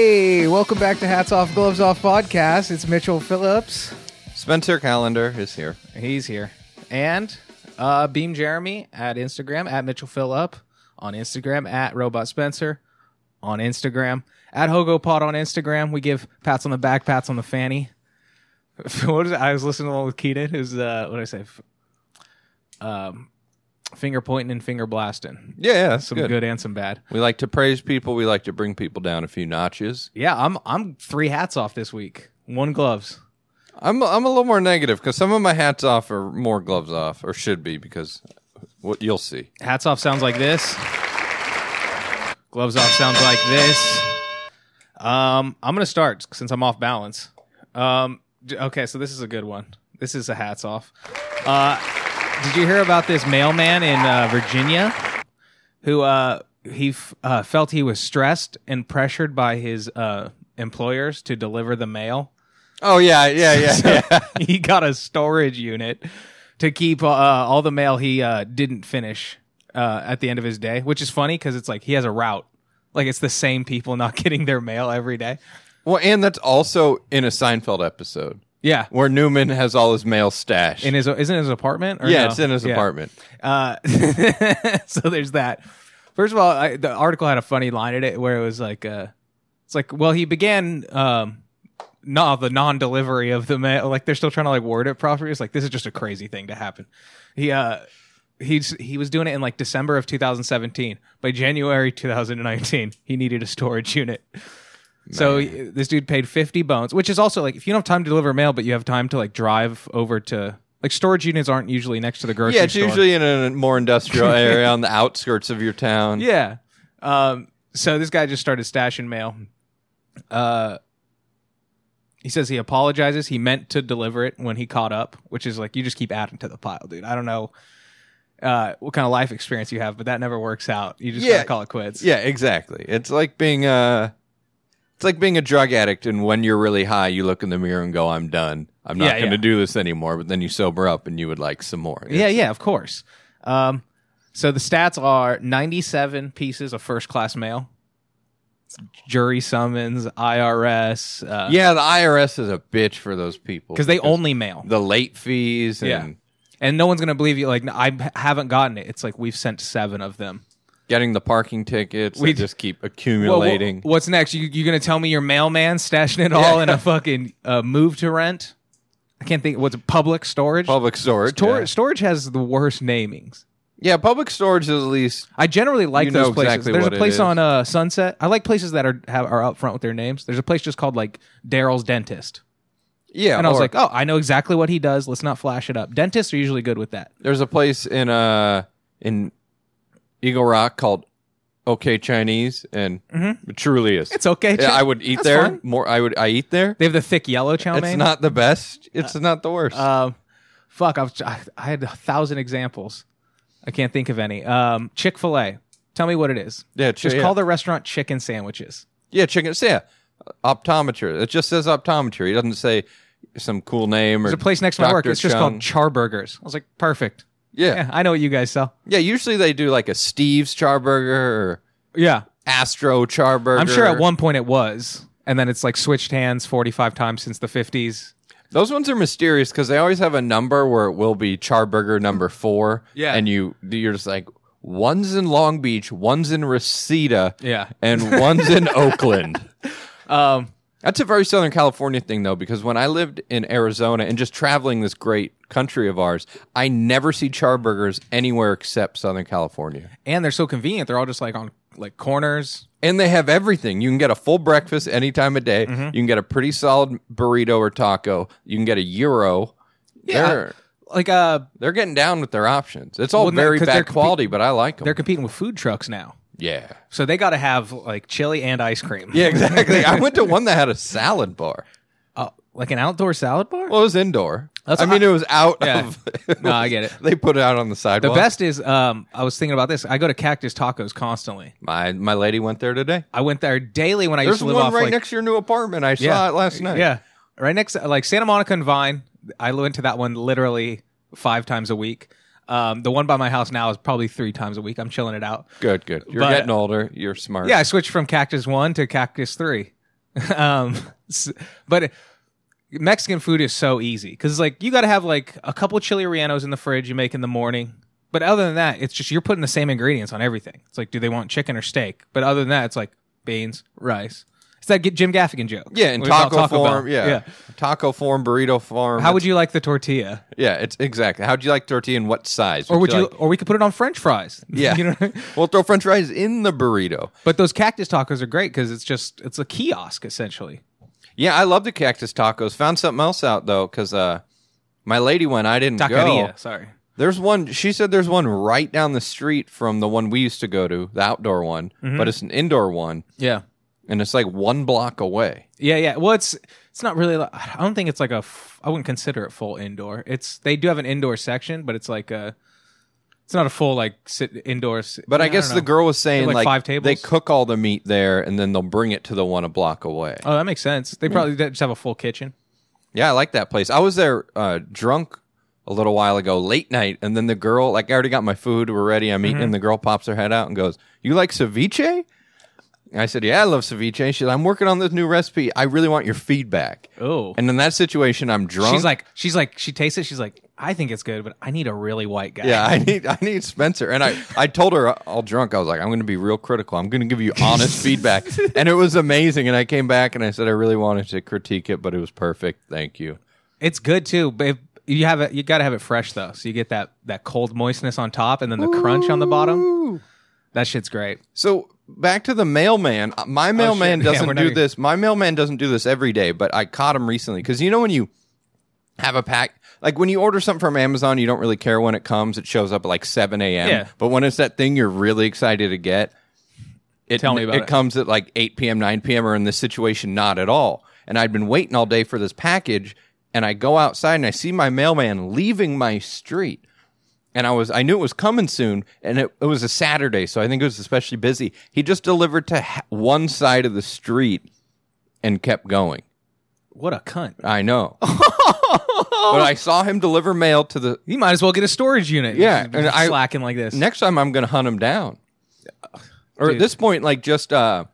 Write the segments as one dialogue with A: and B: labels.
A: Welcome back to Hats Off, Gloves Off podcast. It's Mitchell Phillips.
B: Spencer Calendar is here.
A: He's here. And uh, Beam Jeremy at Instagram, at Mitchell Phillip on Instagram, at Robot Spencer on Instagram, at HogoPod on Instagram. We give pats on the back, pats on the fanny. what is it? I was listening to one with Keenan. Is uh, what did I say? F- um, finger pointing and finger blasting.
B: Yeah, yeah, that's
A: Some
B: good.
A: good and some bad.
B: We like to praise people. We like to bring people down a few notches.
A: Yeah, I'm I'm three hats off this week. One gloves.
B: I'm I'm a little more negative because some of my hats off are more gloves off, or should be because what you'll see.
A: Hats off sounds like this. Gloves off sounds like this. Um, I'm gonna start since I'm off balance. Um, d- okay, so this is a good one. This is a hats off. Uh, did you hear about this mailman in uh, Virginia who uh, he f- uh, felt he was stressed and pressured by his uh, employers to deliver the mail?
B: Oh yeah, yeah, yeah. yeah.
A: he got a storage unit to keep uh, all the mail he uh, didn't finish uh, at the end of his day, which is funny because it's like he has a route. Like it's the same people not getting their mail every day.
B: Well, and that's also in a Seinfeld episode
A: Yeah.
B: where Newman has all his mail stashed.
A: In his isn't his apartment? Or
B: yeah,
A: no?
B: it's in his
A: Yeah.
B: apartment.
A: Uh, so there's that. First of all, I, the article had a funny line in it where it was like, uh, it's like, well, he began, um, no, the non-delivery of the mail. Like they're still trying to like word it properly. It's like this is just a crazy thing to happen. He, uh, he's he was doing it in like December of 2017. By January 2019, he needed a storage unit. So uh, this dude paid 50 bones, which is also like if you don't have time to deliver mail, but you have time to like drive over to like storage units aren't usually next to the grocery
B: Yeah, it's
A: store.
B: usually in a more industrial area on the outskirts of your town.
A: Yeah. Um, so this guy just started stashing mail. Uh, he says he apologizes. He meant to deliver it when he caught up, which is like you just keep adding to the pile, dude. I don't know uh, what kind of life experience you have, but that never works out. You just
B: Yeah.
A: gotta call it quits.
B: Yeah, exactly. It's like being a, it's like being a drug addict, and when you're really high, you look in the mirror and go, "I'm done. I'm not
A: Yeah,
B: going to
A: yeah.
B: do this anymore." But then you sober up, and you would like some more.
A: Yeah, yeah, of course. Um, so the stats are 97 pieces of first class mail, jury summons, IRS, because
B: yeah. The IRS is a bitch for those people
A: uh, they only mail.
B: the late fees. And
A: Yeah. And no one's going to believe you. Like, I b- haven't gotten it. It's like we've sent seven of them.
B: Getting the parking tickets,
A: We
B: we
A: d-
B: just keep
A: Well, wha-
B: accumulating.
A: what's next? You, you going to tell me your mailman stashing it all in a fucking uh, move to rent? I can't think. What's it, public storage?
B: public storage,
A: Tor-
B: yeah.
A: Storage has the worst namings.
B: Yeah, public storage is at least.
A: I generally like
B: You know
A: those places.
B: exactly
A: There's
B: what
A: a
B: it
A: place
B: is.
A: on uh, Sunset. I like places that are have, are up front with their names. There's a place just called like Daryl's Dentist,
B: Yeah,
A: and I was
B: or-
A: like, oh, I know exactly what he does. Let's not flash it up. Dentists are usually good with that.
B: There's a place in uh in Eagle Rock called Okay Chinese, and
A: Mm-hmm.
B: it truly is.
A: It's okay.
B: Yeah,
A: Chi-
B: I would eat
A: That's
B: there
A: fine.
B: more. I would I eat there.
A: They Uh, have the thick yellow chow
B: It's
A: mein.
B: not the best. It's not the worst.
A: Um, fuck, I, was, I, I had a thousand examples. I can't think of any. Um, Chick Fil A. Tell me what it is.
B: yeah,
A: Just
B: yeah.
A: call the restaurant chicken sandwiches.
B: yeah chicken. so Yeah, optometer. It just says optometer. It doesn't say some cool name or
A: There's a place next to my work. It's just called Charburgers. I was like, perfect.
B: Yeah.
A: Yeah,
B: yeah,
A: I know what you guys sell.
B: Usually they do like a Steve's Charburger or
A: Yeah,
B: Astro Charburger.
A: I'm sure at one point it was, and then it's like switched hands 45 times since the 50s.
B: Those ones are mysterious because they always have a number where it will be Charburger number four.
A: Yeah.
B: and you you're just like one's in Long Beach, one's in Reseda,
A: Yeah.
B: and one's in Oakland.
A: Um,
B: That's a very Southern California thing, though, because when I lived in Arizona and just traveling this great country of ours, I never see charburgers anywhere except Southern California.
A: and they're so convenient. They're all just like on like corners.
B: And they have everything. You can get a full breakfast any time of day.
A: Mm-hmm.
B: You can get a pretty solid burrito or taco. You can get a euro.
A: Yeah.
B: They're,
A: Like uh,
B: they're getting down with their options. It's all
A: Well, no,
B: very
A: 'cause they're
B: bad
A: compe-
B: quality, but I like
A: they're
B: them.
A: competing with food trucks now,
B: Yeah.
A: so they got to have like chili and ice cream.
B: Yeah, exactly. I went to one that had a salad bar.
A: Uh, like an outdoor salad bar.
B: Well, it was indoor.
A: That's-
B: I mean, it was out
A: Yeah.
B: of.
A: No, I get it.
B: They put it out on the
A: The
B: sidewalk.
A: best is, um, I was thinking about this. I go to Cactus Tacos constantly.
B: My my lady went there today.
A: I went there daily when I used
B: There's
A: to live
B: one
A: off
B: right
A: like,
B: next to your new apartment. I
A: yeah,
B: saw it last night.
A: Yeah, right next like Santa Monica and Vine. I went to that one literally five times a week. Um, the one by my house now is probably three times a week. I'm chilling it out.
B: Good, good. You're
A: But-
B: getting older. You're smart.
A: Yeah, I switched from Cactus One to Cactus Three. um, s- but Mexican food is so easy because like you got to have like a couple chili rellenos in the fridge you make in the morning. But other than that, it's just you're putting the same ingredients on everything. It's like, do they want chicken or steak? But other than that, it's like beans, rice. It's that G- Jim Gaffigan joke.
B: Yeah, in
A: We call
B: taco,
A: Bell.
B: form. Yeah. taco form, burrito form.
A: How would you like the tortilla?
B: Yeah, it's exactly. How'd you like tortilla and what size?
A: Or would you?
B: like-
A: or we could put it on French fries.
B: yeah,
A: You know?
B: we'll throw French fries in the burrito.
A: But those cactus tacos are great because it's just it's a kiosk essentially.
B: Yeah, I love the cactus tacos. Found something else out though, because uh, my lady went. I didn't
A: Taqueria.
B: go.
A: Sorry.
B: There's one. She said there's one right down the street from the one we used to go to, the outdoor one,
A: Mm-hmm.
B: but it's an indoor one,
A: Yeah.
B: and it's like one block away.
A: Yeah, yeah. Well, it's it's not really. Like, I don't think it's like a. F- I wouldn't consider it full indoor. It's they do have an indoor section, but it's like a. It's not a full like sit indoor. s-
B: But I
A: don't
B: guess the
A: know.
B: girl was saying
A: like,
B: like,
A: five tables?
B: they cook all the meat there, and then they'll bring it to the one a block away.
A: Oh, that makes sense. They probably just have a full kitchen.
B: Yeah, I like that place. I was there uh, drunk a little while ago, late night, and then the girl, like, I already got my food, we're ready, I'm
A: Mm-hmm.
B: eating, and the girl pops her head out and goes, You like ceviche? And I said, Yeah, I love ceviche. She said, I'm working on this new recipe. I really want your feedback.
A: Oh,
B: And in that situation, I'm drunk.
A: she's like, she's like, she tastes it. She's like, I think it's good, but I need a really white guy.
B: yeah, I need I need Spencer, and I, I told her uh, all drunk I was like I'm going to be real critical. I'm going to give you honest feedback, and it was amazing. And I came back and I said I really wanted to critique it, but it was perfect. Thank you.
A: it's good too. But if, you have it, you got to have it fresh though, so you get that that cold moistness on top, and then the crunch on the bottom. That shit's great.
B: So back to the mailman. Uh, My mailman
A: Oh, shit. Yeah,
B: doesn't
A: we're not
B: do
A: even-
B: this. My mailman doesn't do this every day, but I caught him recently because you know when you have a pack, like when you order something from Amazon, you don't really care when it comes. It shows up at like seven a.m.
A: Yeah.
B: But when it's that thing you're really excited to get, it
A: Tell me about it.
B: comes at like eight p.m., nine p.m., or in this situation, not at all. And I'd been waiting all day for this package, and I go outside and I see my mailman leaving my street and I was I knew it was coming soon, and it, it was a Saturday, so I think it was especially busy. He just delivered to ha- one side of the street and kept going.
A: What a cunt!
B: I know, but I saw him deliver mail to the
A: You might as well get a storage unit.
B: Yeah,
A: Just
B: and I-
A: slacking like this.
B: next time. I'm going to hunt him down, or at this point, like just uh,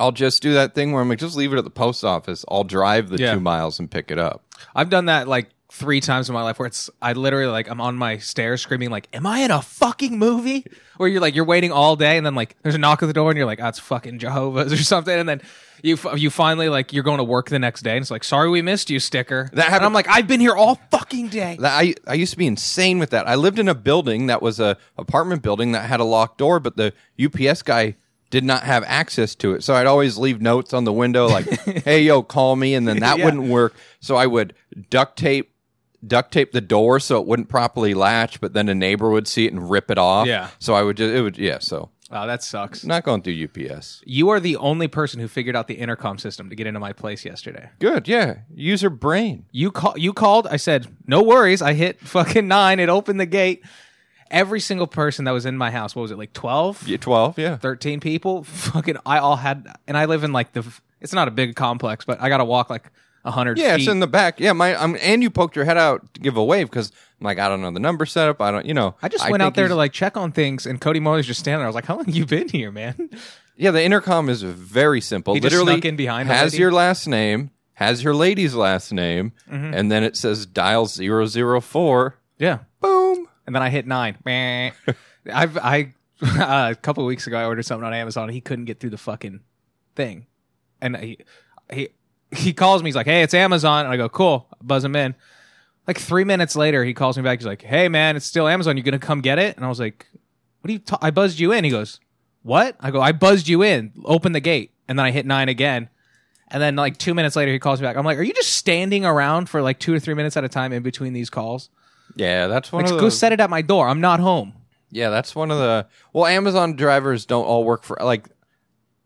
B: I'll just do that thing where I'm like, just leave it at the post office. I'll drive the
A: Yeah.
B: two miles and pick it up.
A: I've done that like three times in my life where it's I literally like I'm on my stairs screaming like, "Am I in a fucking movie?" Where you're like you're waiting all day and then like there's a knock at the door and you're like, "That's fucking Jehovah's or something," and then you f- you finally like you're going to work the next day and it's like, "Sorry, we missed you," sticker. and
B: That happened-
A: I'm like, "I've been here all fucking day."
B: That- I, I used to be insane with that. I lived in a building that was a apartment building that had a locked door, but the UPS guy did not have access to it. So I'd always leave notes on the window like, "Hey yo, call me," and then that
A: Yeah.
B: wouldn't work. So I would duct tape duct tape the door so it wouldn't properly latch, but then a neighbor would see it and rip it off.
A: Yeah.
B: So I would just it would yeah. So
A: Oh, that sucks.
B: not going through UPS.
A: You are the only person who figured out the intercom system to get into my place yesterday.
B: Good, yeah. User brain.
A: You call you called, I said, "No worries." I hit fucking 9, it opened the gate. Every single person that was in my house, what was it? Like 12?
B: Yeah, Twelve, yeah.
A: 13 people fucking i all had and i live in like the it's not a big complex but i gotta walk like 100
B: Yeah,
A: feet
B: it's in the back. Yeah, my um, and you poked your head out to give a wave because I'm like, I don't know the number setup. I don't, you know.
A: i just went out
B: think
A: there to
B: he's-
A: like check on things and cody Moyer's just standing there i was like how long you been here man
B: Yeah, the intercom is very simple.
A: He just
B: Literally,
A: snuck in behind the
B: has
A: lady?
B: your last name, has your lady's last name,
A: Mm-hmm.
B: and then it says dial 004.
A: yeah
B: Boom.
A: and then i hit nine Meh. i've i uh, a couple of weeks ago i ordered something on amazon and he couldn't get through the fucking thing and he he he calls me he's like hey it's amazon and i go cool buzz him in like three minutes later, he calls me back. He's like, "Hey, man, it's still Amazon. You gonna come get it?" And I was like, "What are you? Ta- I buzzed you in." He goes, "What?" I go, "I buzzed you in. Open the gate." And then I hit nine again. And then like two minutes later, he calls me back. I'm like, "Are you just standing around for like two or three minutes at a time in between these calls?
B: Yeah, that's one
A: Like,
B: of
A: go
B: the.
A: set it at my door. I'm not home."
B: yeah, that's one of the. Well, Amazon drivers don't all work for like.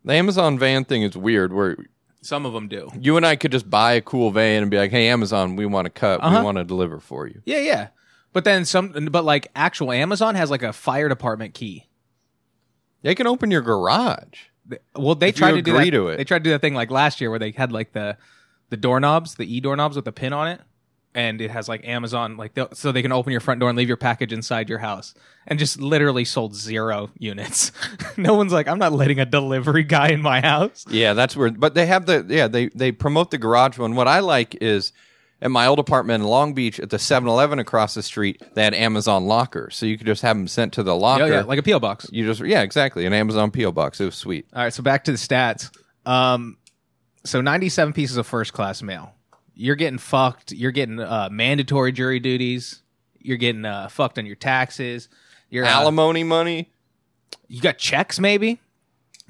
B: The Amazon van thing is weird. Where
A: Some of them do.
B: you and I could just buy a cool van and be like, "Hey, Amazon, we want to cut.
A: Uh-huh.
B: We want to deliver for you."
A: Yeah, yeah. But then some. But like actual Amazon has like a fire department key.
B: They can open your garage.
A: Th- Well, they
B: you
A: tried to do
B: agree
A: that.
B: to it.
A: They tried to do that thing like last year where they had like the the doorknobs, the e doorknobs with the pin on it. and it has like Amazon, like they'll- so they can open your front door and leave your package inside your house, and just literally sold zero units. no one's like, I'm not letting a delivery guy in my house.
B: Yeah, that's where. But they have the yeah they they promote the garage one. What I like is at my old apartment in Long Beach at the 7-Eleven across the street, they had Amazon lockers, so you could just have them sent to the locker.
A: Oh yeah, like a PO box.
B: you just yeah exactly an Amazon PO box. It was sweet.
A: All right, so back to the stats. Um, so 97 pieces of first class mail. You're getting fucked. You're getting uh, mandatory jury duties. You're getting uh, fucked on your taxes. You're uh, out-
B: Alimony money.
A: you got checks, maybe.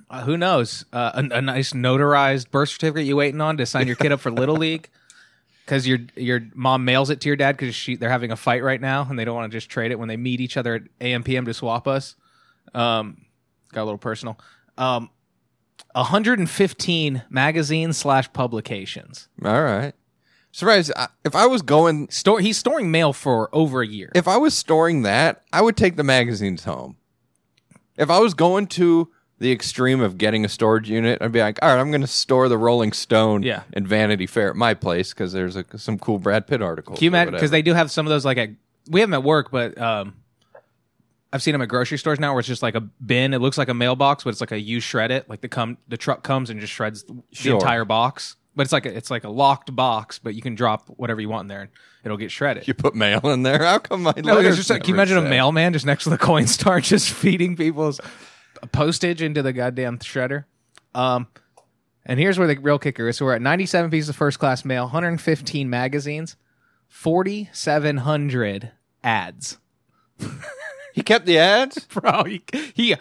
A: Uh, who knows? Uh, a, a nice notarized birth certificate you waiting on to sign your kid up for little league because your your mom mails it to your dad because she they're having a fight right now and they don't want to just trade it when they meet each other at AM PM to swap us. Um, got a little personal. Um, 115 magazines slash publications.
B: All right. Surprise! I- If I was going,
A: Store he's storing mail for over a year.
B: if I was storing that, I would take the magazines home. If I was going to the extreme of getting a storage unit, I'd be like, all right, I'm going to store the Rolling Stone
A: Yeah.
B: and Vanity Fair at my place because there's a, some cool Brad Pitt articles.
A: Can you
B: or
A: imagine?
B: whatever.
A: Because they do have some of those like at we have them at work, but um, I've seen them at grocery stores now where it's just like a bin. It looks like a mailbox, but it's like a you shred it. Like the come the truck comes and just shreds the
B: Sure.
A: entire box. But it's like a, it's like a locked box, but you can drop whatever you want in there and it'll get shredded.
B: you put mail in there. How come my
A: no, it's
B: letter's
A: just like, can you
B: never
A: imagine a
B: sent?
A: mailman just next to the coin star just feeding people's postage into the goddamn shredder? Um, and here's where the real kicker is. So we're at 97 pieces of first class mail, 115 magazines, 4,700 ads.
B: He kept the ads.
A: Bro, he, he-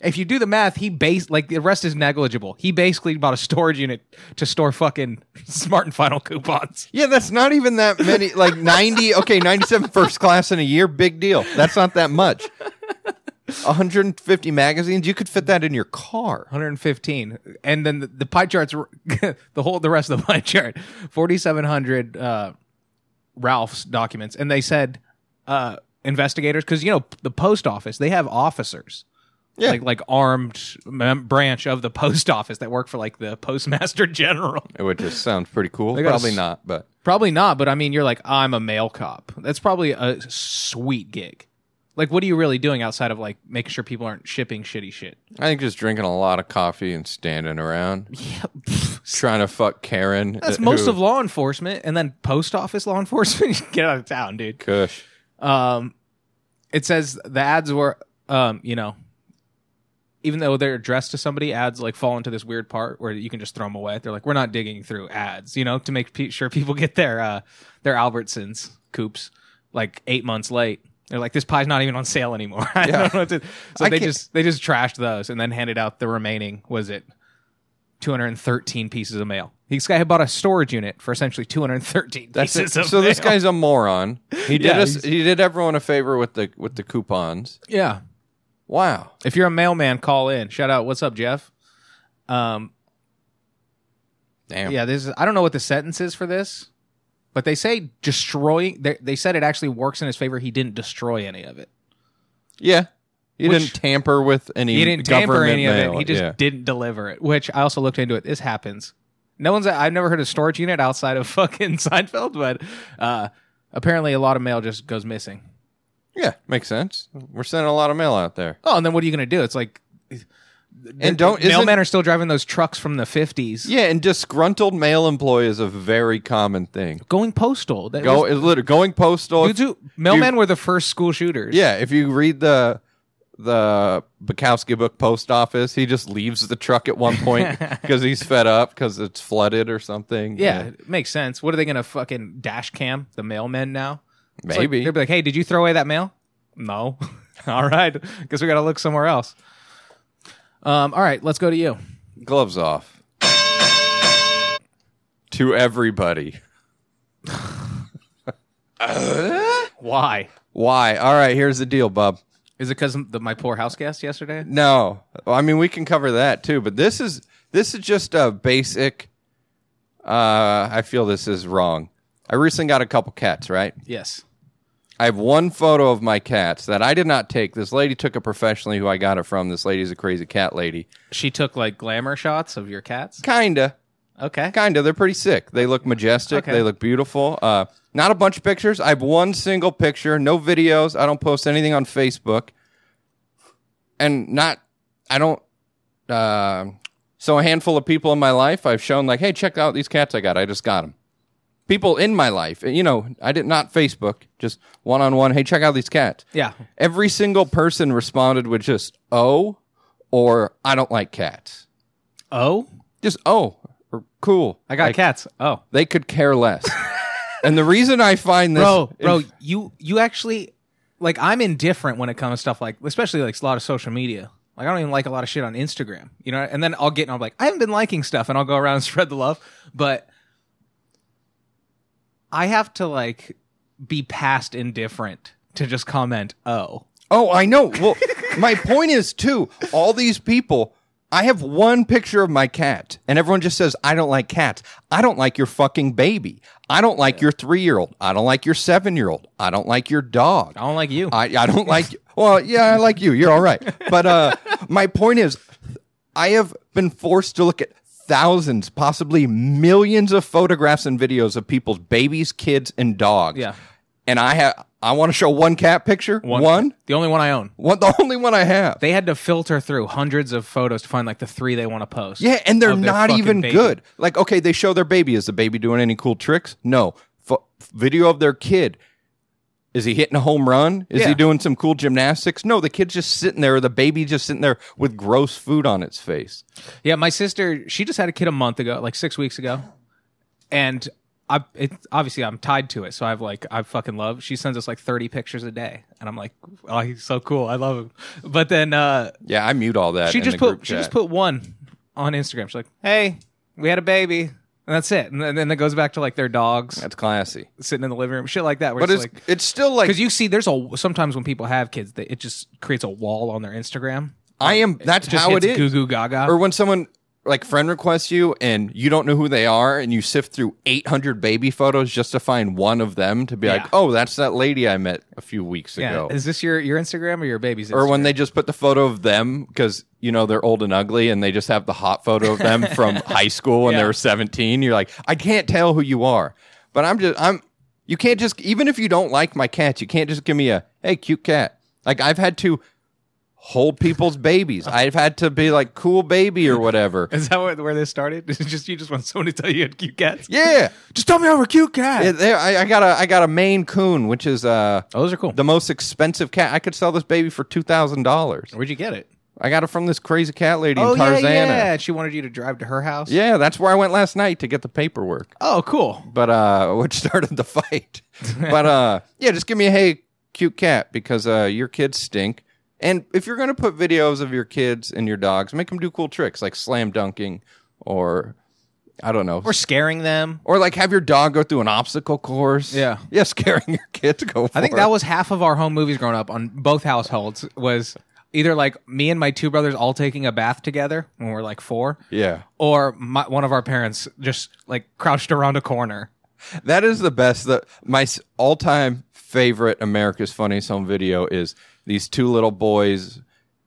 A: if you do the math, he base like the rest is negligible. He basically bought a storage unit to store fucking Smart and Final coupons.
B: Yeah, that's not even that many. Like ninety. Okay, ninety-seven first class in a year. Big deal. That's not that much. 150 magazines. You could fit that in your car.
A: 115 and then the, the pie charts were- the whole the rest of the pie chart 4700 uh ralph's documents and they said uh investigators because you know the post office they have officers
B: Yeah.
A: like like armed mem- branch of the post office that work for like the postmaster general
B: It would just sound pretty cool.
A: got a
B: Probably
A: s-
B: not, but
A: probably not but i mean you're like i'm a mail cop that's probably a sweet gig like what are you really doing outside of like making sure people aren't shipping shitty shit
B: I think just drinking a lot of coffee and standing around. Trying to fuck Karen.
A: That's most of law enforcement, and then post office law enforcement. Get out of town, dude.
B: Kush.
A: Um, it says the ads were, um, you know, even though they're addressed to somebody, ads like fall into this weird part where you can just throw them away. They're like, we're not digging through ads, you know, to make pe- sure people get their uh, their Albertsons coops like eight months late. They're like, this pie's not even on sale anymore. I don't know what to. So
B: I
A: they
B: can't-
A: just they just trashed those and then handed out the remaining. Was it 213 pieces of mail. This guy had bought a storage unit for essentially 213
B: That's it.
A: pieces of
B: So
A: mail.
B: this guy's a moron. He did
A: Yeah,
B: us.
A: he's-
B: He did everyone a favor with the with the coupons.
A: yeah.
B: Wow.
A: If you're a mailman, call in. Shout out, what's up, Jeff? Um,
B: Damn.
A: yeah, this is, I don't know what the sentence is for this, but they say destroying. They, they said it actually works in his favor. He didn't destroy any of it.
B: Yeah. He
A: Which-
B: didn't tamper with any.
A: He didn't tamper
B: government
A: any of it.
B: mail.
A: He just
B: Yeah.
A: didn't deliver it. Which I also looked into it. This happens. No one's. I've never heard of storage unit outside of fucking Seinfeld, but uh, apparently a lot of mail just goes missing.
B: Yeah, makes sense. We're sending a lot of mail out there.
A: Oh, and then what are you going to do? It's like
B: And don't isn't-
A: mailmen are still driving those trucks from the fifties,
B: Yeah, and disgruntled mail employee is a very common thing.
A: going postal. That
B: Go
A: was-
B: it literally going postal.
A: dudes who- mailmen were the first school shooters.
B: Yeah, if you read the the Bukowski book post office, he just leaves the truck at one point because he's fed up because it's flooded or something.
A: yeah, it makes sense. What are they going to fucking dash cam the mailmen now? It's like-
B: maybe.
A: they'll be like, "Hey, did you throw away that mail?" No. all right, guess we got to look somewhere else. Um, all right, let's go to you.
B: Gloves off to everybody.
A: Why
B: Why? All right, here's the deal, Bob.
A: is it because the my poor house guest yesterday?
B: No, Well, I mean we can cover that too, but this is this is just a basic. Uh, I feel this is wrong. I recently got a couple cats, right?
A: Yes.
B: I have one photo of my cats that I did not take. This lady took it professionally, who I got it from. This lady's a crazy cat lady.
A: She took like glamour shots of your cats.
B: Kinda.
A: Okay.
B: Kind of. They're pretty sick. They look majestic.
A: Okay.
B: They look beautiful. Uh, not a bunch of pictures. I have one single picture. No videos. I don't post anything on Facebook. And not, I don't. Uh, so a handful of people in my life, I've shown like, hey, check out these cats I got. I just got them. People in my life, you know, I did not Facebook, just one on one. Hey, check out these cats.
A: Yeah.
B: Every single person responded with just oh, or I don't like cats.
A: Oh,
B: Just oh, or cool.
A: I got cats. Oh,
B: They could care less. and the reason I find this,
A: bro, bro,
B: if-
A: you you actually like I'm indifferent when it comes to stuff like, especially like a lot of social media. Like I don't even like a lot of shit on Instagram, you know. And then I'll get and I'm like, I haven't been liking stuff, and I'll go around and spread the love, but I have to like be past indifferent to just comment. Oh,
B: oh, I know. Well, my point is too. All these people. I have one picture of my cat, and everyone just says, I don't like cats. I don't like your fucking baby. I don't like your three year old. I don't like your seven year old. I don't like your dog.
A: I don't like you.
B: I, I don't like well yeah i like you you're all right but uh my point is i have been forced to look at thousands possibly millions of photographs and videos of people's babies kids and dogs
A: Yeah.
B: and i have i want to show one cat picture one one,
A: the only one I own.
B: the only one i have
A: They had to filter through hundreds of photos to find like the three they want to post.
B: yeah and they're
A: of their
B: not
A: fucking
B: even
A: baby.
B: good like okay they show their baby is the baby doing any cool tricks no F- video of their kid Is he hitting a home run? Is
A: Yeah.
B: he doing some cool gymnastics? No, the kid's just sitting there, or the baby just sitting there with gross food on its face.
A: Yeah, my sister, she just had a kid a month ago, like six weeks ago, and I it, obviously I'm tied to it, so I've like I fucking love. She sends us like 30 pictures a day, and I'm like, oh, he's so cool, I love him. But then uh,
B: Yeah, I mute all that.
A: she
B: in
A: just
B: the group
A: put she
B: chat.
A: just put one on Instagram. She's like, hey, we had a baby, and that's it. And then, then it goes back to like their dogs
B: That's classy,
A: sitting in the living room, shit like that. Where
B: but
A: it's,
B: it's
A: like
B: it's still like
A: because you see, there's a sometimes when people have kids, they, it just creates a wall on their Instagram.
B: I am. That's
A: Just
B: how it
A: hits
B: is.
A: Goo goo gaga.
B: Or when someone like friend requests you and you don't know who they are, and you sift through eight hundred baby photos just to find one of them to be
A: Yeah.
B: like, oh, that's that lady I met a few weeks
A: yeah,
B: ago.
A: is this your your Instagram or your baby's?
B: or
A: Instagram?
B: when they just put the photo of them because you know they're old and ugly and they just have the hot photo of them from high school when
A: Yeah.
B: they were 17 you're like i can't tell who you are but i'm just i'm you can't just even if you don't like my cats you can't just give me a hey cute cat like i've had to hold people's babies i've had to be like cool baby or whatever
A: Is that where, where this started? It's just you just want someone to tell you you had cute cats?
B: yeah
A: Just tell me I'm a cute cat.
B: Yeah, there, I, I got a I got a Maine Coon, which is uh
A: oh, those are cool.
B: the most expensive cat. I could sell this baby for two thousand dollars.
A: Where'd you get it?
B: I got it from this crazy cat lady
A: Oh,
B: in Tarzana.
A: She wanted you to drive to her house.
B: Yeah, that's where I went last night to get the paperwork.
A: Oh, cool.
B: But uh which started the fight. but uh yeah, just give me a hey cute cat because uh your kids stink. And if you're going to put videos of your kids and your dogs, make them do cool tricks like slam dunking or I don't know.
A: We're
B: Or,
A: scaring them.
B: like have your dog go through an obstacle course.
A: Yeah.
B: Yeah, scaring your kid to go for
A: I think
B: it.
A: that was half of our home movies growing up on both households was either like me and my two brothers all taking a bath together when we're like four,
B: Yeah.
A: or my, one of our parents just like crouched around a corner.
B: That is the best. The my s- all-time favorite America's Funniest Home Video is these two little boys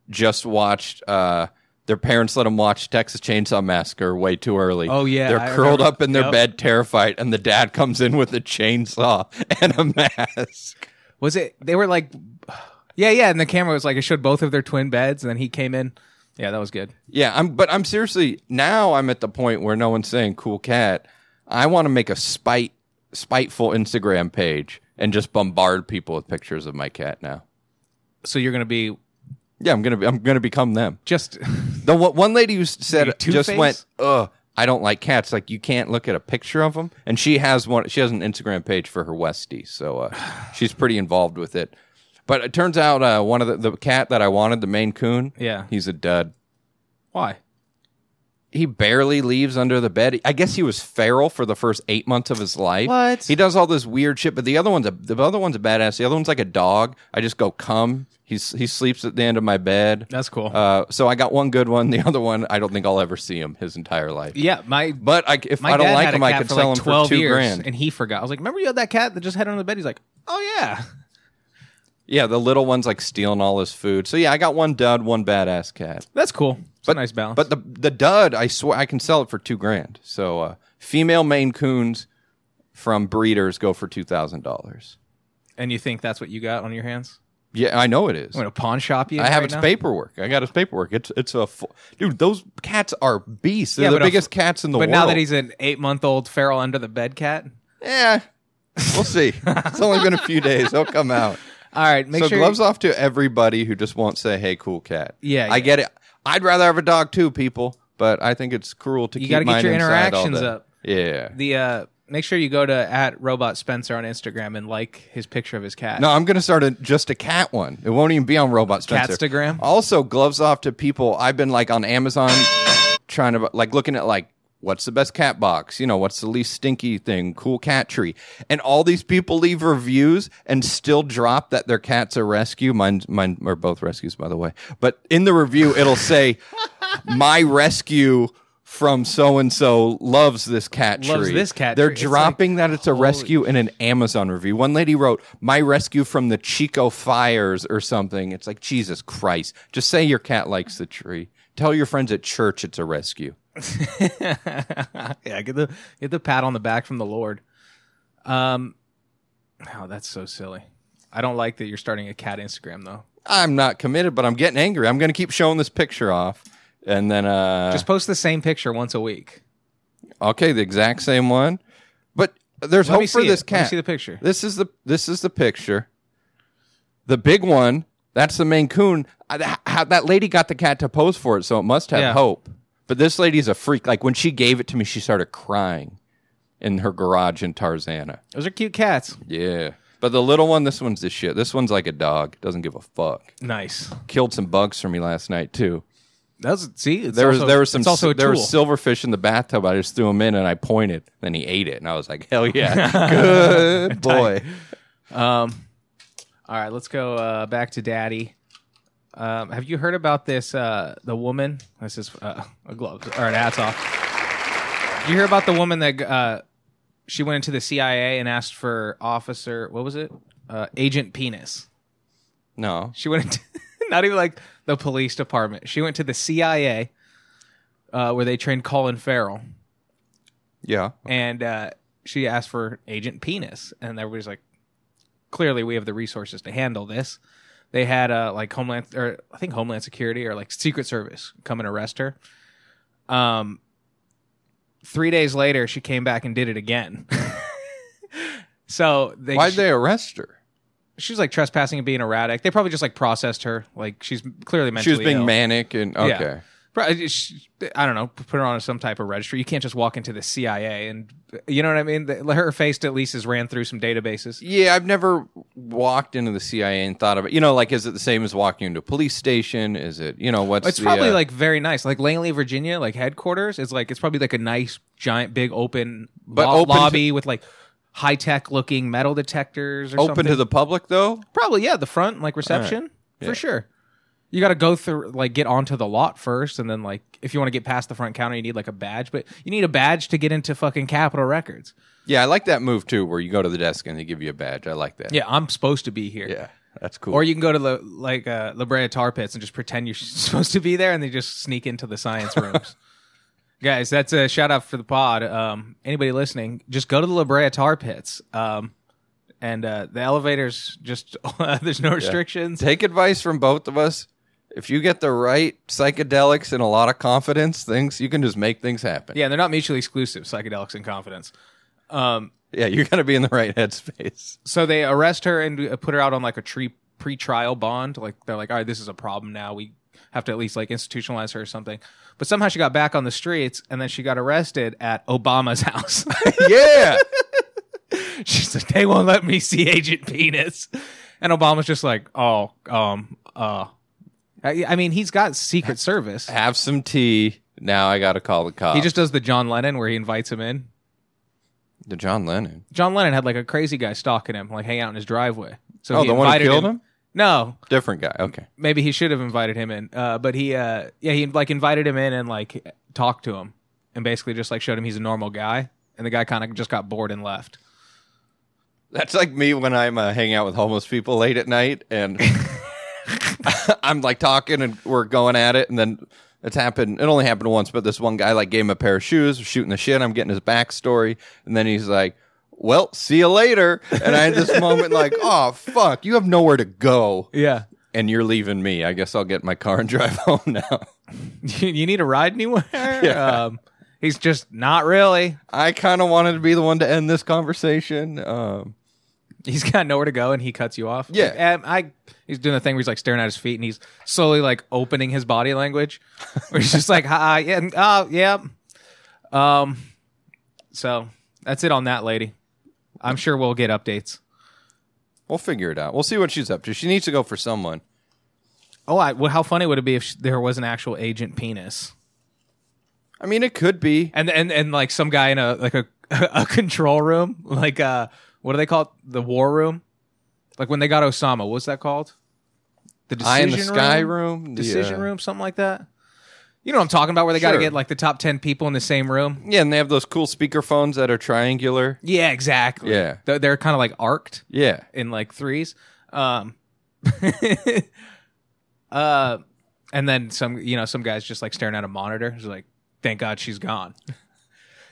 B: just watched. Uh, their parents let them watch Texas Chainsaw Massacre way too early.
A: Oh, yeah,
B: they're
A: I
B: curled
A: remember.
B: up in their
A: Yep.
B: bed, terrified, and the dad comes in with a chainsaw and a mask.
A: Was it? They were like, yeah, yeah. And the camera was like, it showed both of their twin beds, and then he came in. Yeah, that was good.
B: Yeah, I'm. But I'm seriously now. I'm at the point where no one's saying "cool cat." I want to make a spite, spiteful Instagram page and just bombard people with pictures of my cat now.
A: So you're gonna be
B: Yeah, I'm gonna be, I'm gonna become them.
A: just
B: The one, one lady who s- said
A: Two
B: just
A: Face?
B: went, "Ugh, I don't like cats. Like you can't look at a picture of them." And she has one. She has an Instagram page for her Westie, so uh, she's pretty involved with it. But it turns out uh, one of the, the cat that I wanted, the Maine Coon,
A: Yeah.
B: he's a dud.
A: why?
B: He barely leaves under the bed. I guess he was feral for the first eight months of his life.
A: What?
B: he does all this weird shit. But the other one's a the other one's a badass. The other one's like a dog. I just go come. He's he sleeps at the end of my bed.
A: That's cool.
B: Uh, so I got one good one. The other one, I don't think I'll ever see him his entire life.
A: yeah, my
B: But I, if
A: my
B: I don't
A: dad
B: like
A: had a
B: him, I
A: cat
B: could
A: for
B: sell
A: like
B: him for
A: twelve
B: two
A: years,
B: grand.
A: and he forgot. I was like, remember you had that cat that just had under the bed? He's like, oh yeah.
B: Yeah, the little one's like stealing all his food. So yeah, I got one dud, one badass cat.
A: That's cool. It's a nice balance.
B: But the the dud, I swear, I can sell it for two grand. So uh, female Maine Coons from breeders go for two thousand dollars.
A: and you think that's what you got on your hands?
B: Yeah, I know it is.
A: I'm gonna pawn shop you.
B: I have
A: right
B: its
A: now?
B: paperwork. I got its paperwork. It's it's a fu- dude. Those cats are beasts. They're
A: Yeah,
B: the
A: but a-
B: biggest cats in the
A: But
B: world.
A: now that he's an eight month old feral under the bed cat.
B: yeah, we'll see. it's only been a few days. They'll come out.
A: All right, make
B: so
A: sure
B: gloves off to everybody who just won't say, "Hey, cool cat."
A: Yeah,
B: I
A: yeah.
B: get it. I'd rather have a dog too, people. But I think it's cruel to
A: You
B: keep
A: gotta get
B: mine
A: your
B: inside all
A: interactions
B: day.
A: up.
B: Yeah.
A: the uh, make sure you go to at robot Spencer on Instagram and like his picture of his cat.
B: No, I'm going to start a, just a cat one. It won't even be on Robot Spencer.
A: Catstagram?
B: Also, gloves off to people. I've been like on Amazon trying to like looking at like what's the best cat box? You know, what's the least stinky thing? Cool cat tree. And all these people leave reviews and still drop that their cats are rescue. Mine, mine are both rescues, by the way. But in the review, it'll say, "My rescue." From so and so loves this cat
A: Loves
B: tree.
A: this cat
B: They're
A: tree. It's like,
B: dropping that it's a rescue in an Amazon review. One lady wrote, "My rescue from the Chico fires or something." It's like Jesus Christ. Just say your cat likes the tree. Tell your friends at church it's a rescue.
A: yeah, get the get the pat on the back from the Lord. Um, oh, that's so silly. I don't like that you're starting a cat Instagram though.
B: I'm not committed, but I'm getting angry. I'm going to keep showing this picture off, and then uh,
A: Just post the same picture once a week.
B: okay, the exact same one. But there's
A: Let me
B: hope for
A: see
B: this
A: it.
B: cat.
A: Let me see the picture.
B: This is the this is the picture. The big one. That's the Maine Coon. I- th- How that lady got the cat to pose for it, so it must have
A: Yeah.
B: hope. But this lady's a freak. Like when she gave it to me, she started crying in her garage in Tarzana.
A: Those are cute cats.
B: Yeah. But the little one, this one's the shit. This one's like a dog. Doesn't give a fuck.
A: Nice.
B: Killed some bugs for me last night too.
A: That's see. It's
B: There was
A: also-
B: there was some
A: It's also a
B: there were
A: tool.
B: silverfish in the bathtub. I just threw them in and I pointed. Then he ate it, and I was like, "Hell yeah, good boy."
A: All right, let's go uh, back to Daddy. Um, have you heard about this? Uh, the woman. This is uh, a glove. All right, hats off. Did you hear about the woman that uh, she went into the CIA and asked for officer? What was it? Uh, Agent Penis.
B: No,
A: She went into not even like the police department. She went to the CIA, uh, where they trained Colin Farrell,
B: yeah.
A: and uh, she asked for Agent Penis, and everybody's like, clearly we have the resources to handle this. They had uh, like Homeland, or I think Homeland Security or like Secret Service come and arrest her. Um, three days later, she came back and did it again. so they,
B: Why'd they arrest her?
A: she was like trespassing and being erratic. They probably just like processed her. Like she's clearly mentally
B: She was being
A: ill.
B: manic and
A: Yeah.
B: okay.
A: Probably, sh- I don't know. Put her on some type of registry. You can't just walk into the CIA and you know what I mean. The- Her face at least is ran through some databases.
B: Yeah. I've never walked into the CIA and thought of it. You know, like is it the same as walking into a police station? Is it you know what's
A: It's
B: the,
A: probably
B: uh,
A: like very nice, like Langley, Virginia, like headquarters. It's like it's probably like a nice, giant, big open,
B: But
A: lo-
B: open to-
A: lobby with like high tech looking metal detectors. or
B: open
A: something.
B: to the public though?
A: probably yeah the front like reception for sure. You got to go through like get onto the lot first, and then like if you want to get past the front counter, you need like a badge. But you need a badge to get into fucking Capitol Records.
B: Yeah, I like that move too, where you go to the desk and they give you a badge. I like that.
A: Yeah, I'm supposed to be here.
B: Yeah, that's cool.
A: Or you can go to the like uh, La Brea Tar Pits and just pretend you're supposed to be there, and they just sneak into the science rooms. Guys, that's a shout out for the pod. Um, anybody listening, just go to the La Brea Tar Pits, um, and uh, the elevators just there's no restrictions.
B: take advice from both of us. If you get the right psychedelics and a lot of confidence, things you can just make things happen.
A: Yeah, they're not mutually exclusive. Psychedelics and confidence.
B: yeah you got to be in the right headspace.
A: So they arrest her and uh, put her out on like a tree pre-trial bond. Like they're like, all right, this is a problem now. We have to at least like institutionalize her or something. But somehow she got back on the streets, and then she got arrested at Obama's house.
B: yeah,
A: She's like, they won't let me see Agent Penis. And Obama's just like, oh, um, uh. I I mean, he's got Secret Service.
B: have some tea. Now I got to call the cops.
A: He just does the John Lennon where he invites him in.
B: the John Lennon.
A: John Lennon had like a crazy guy stalking him, like hanging out in his driveway. So
B: Oh,
A: he
B: the one who
A: invited
B: killed him?
A: No,
B: Different guy. Okay.
A: maybe he should have invited him in. Uh, but he, uh, yeah, he like invited him in and like talked to him, and basically just like showed him he's a normal guy. And the guy kind of just got bored and left.
B: That's like me when I'm uh, hanging out with homeless people late at night, and I'm like talking and we're going at it, and then it's happened. It only happened once, but this one guy like gave him a pair of shoes, we're shooting the shit. I'm getting his backstory, and then he's like, "Well, see you later." And I had this moment like, "Oh fuck, you have nowhere to go,
A: Yeah.
B: and you're leaving me. I guess I'll get in my car and drive home now."
A: You, you need a ride anywhere? Um, he's just not really.
B: I kind of wanted to be the one to end this conversation. Um,
A: He's got nowhere to go, and he cuts you off.
B: Yeah.
A: Like, um, I. He's doing the thing where he's like staring at his feet, and he's slowly like opening his body language. Where he's just like, "Hi, yeah, and, oh, yeah." Um. So that's it on that lady. I'm sure we'll get updates.
B: we'll figure it out. We'll see what she's up to. She needs to go for someone.
A: Oh, I, well, how funny would it be if sh- there was an actual agent penis,
B: I mean, it could be.
A: and and and like some guy in a like a a control room, like uh, what do they call it? the war room? Like when they got Osama, what's that called? The
B: Eye in the
A: decision
B: sky room. the,
A: decision
B: uh,
A: room, something like that. You know what I'm talking about, where they got to
B: Sure.
A: get like the top ten people in the same room.
B: Yeah, and they have those cool speaker phones that are triangular.
A: Yeah, exactly.
B: Yeah.
A: they're, they're kind of like arced
B: Yeah.
A: in like threes. Um, uh, and then some, you know, some guys just like staring at a monitor. He's like, "Thank God she's gone."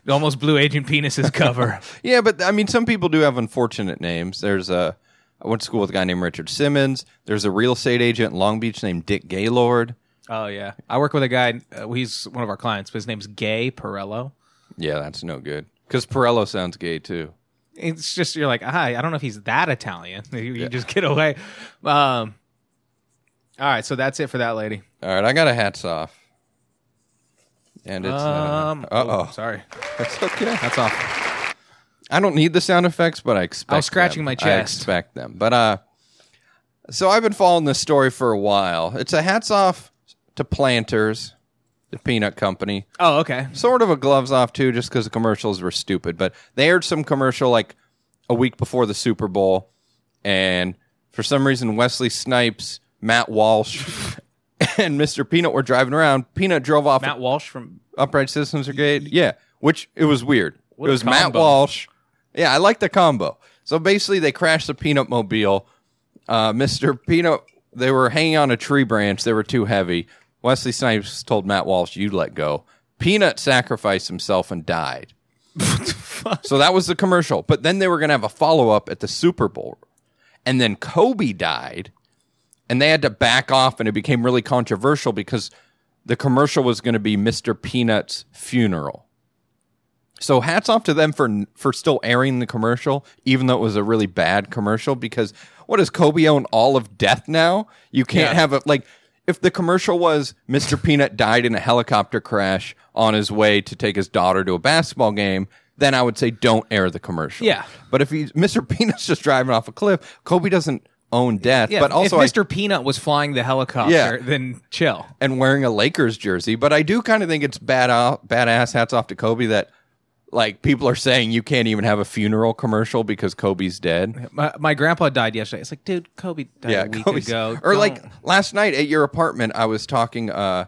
A: It almost blew Agent Penis's cover.
B: Yeah, but I mean, some people do have unfortunate names. There's a. I went to school with a guy named Richard Simmons. There's a real estate agent in Long Beach named Dick Gaylord.
A: oh yeah, I work with a guy. Uh, he's one of our clients, but his name's Gay Perello.
B: Yeah, that's no good. Because Pirello sounds gay too.
A: it's just you're like hi i don't know if he's that italian you, you just get away um all right so that's it for that lady
B: All right, I got a hats off. And it's.
A: um
B: uh oh.
A: sorry
B: That's okay.
A: that's off
B: I don't need the sound effects, but I expect.
A: I was scratching
B: them.
A: my
B: I
A: chest.
B: expect them, but uh, so I've been following this story for a while. It's a hats off to Planters, the peanut company.
A: oh okay
B: Sort of a gloves off too, just because the commercials were stupid. But they aired some commercial like a week before the Super Bowl, and for some reason Wesley Snipes, Matt Walsh, and Mr. Peanut were driving around. Peanut drove off
A: matt walsh from
B: upright systems brigade yeah which it was weird
A: a
B: it was matt
A: combo.
B: walsh yeah i like the combo so basically they crashed the peanut mobile uh, mr peanut they were hanging on a tree branch they were too heavy wesley snipes told matt walsh you let go peanut sacrificed himself and died so that was the commercial but then they were going to have a follow-up at the super bowl and then kobe died and they had to back off and it became really controversial because the commercial was going to be Mr. Peanut's funeral. So hats off to them for for still airing the commercial even though it was a really bad commercial because what does Kobe own all of death now? You can't
A: Yeah.
B: have it like if the commercial was Mr. Peanut died in a helicopter crash on his way to take his daughter to a basketball game, then I would say don't air the commercial.
A: Yeah.
B: But if he's Mr. Peanut's just driving off a cliff, Kobe doesn't own death.
A: yeah
B: but also I
A: if mr peanut was flying the helicopter
B: Yeah.
A: then chill
B: and wearing a Lakers jersey. But I do kind of think it's bad off, badass. Hats off to Kobe that like people are saying you can't even have a funeral commercial because Kobe's dead.
A: my, my grandpa died yesterday it's like dude kobe died
B: Yeah,
A: a week
B: Kobe's-
A: ago
B: Or
A: Don't-
B: like last night at your apartment, I was talking. uh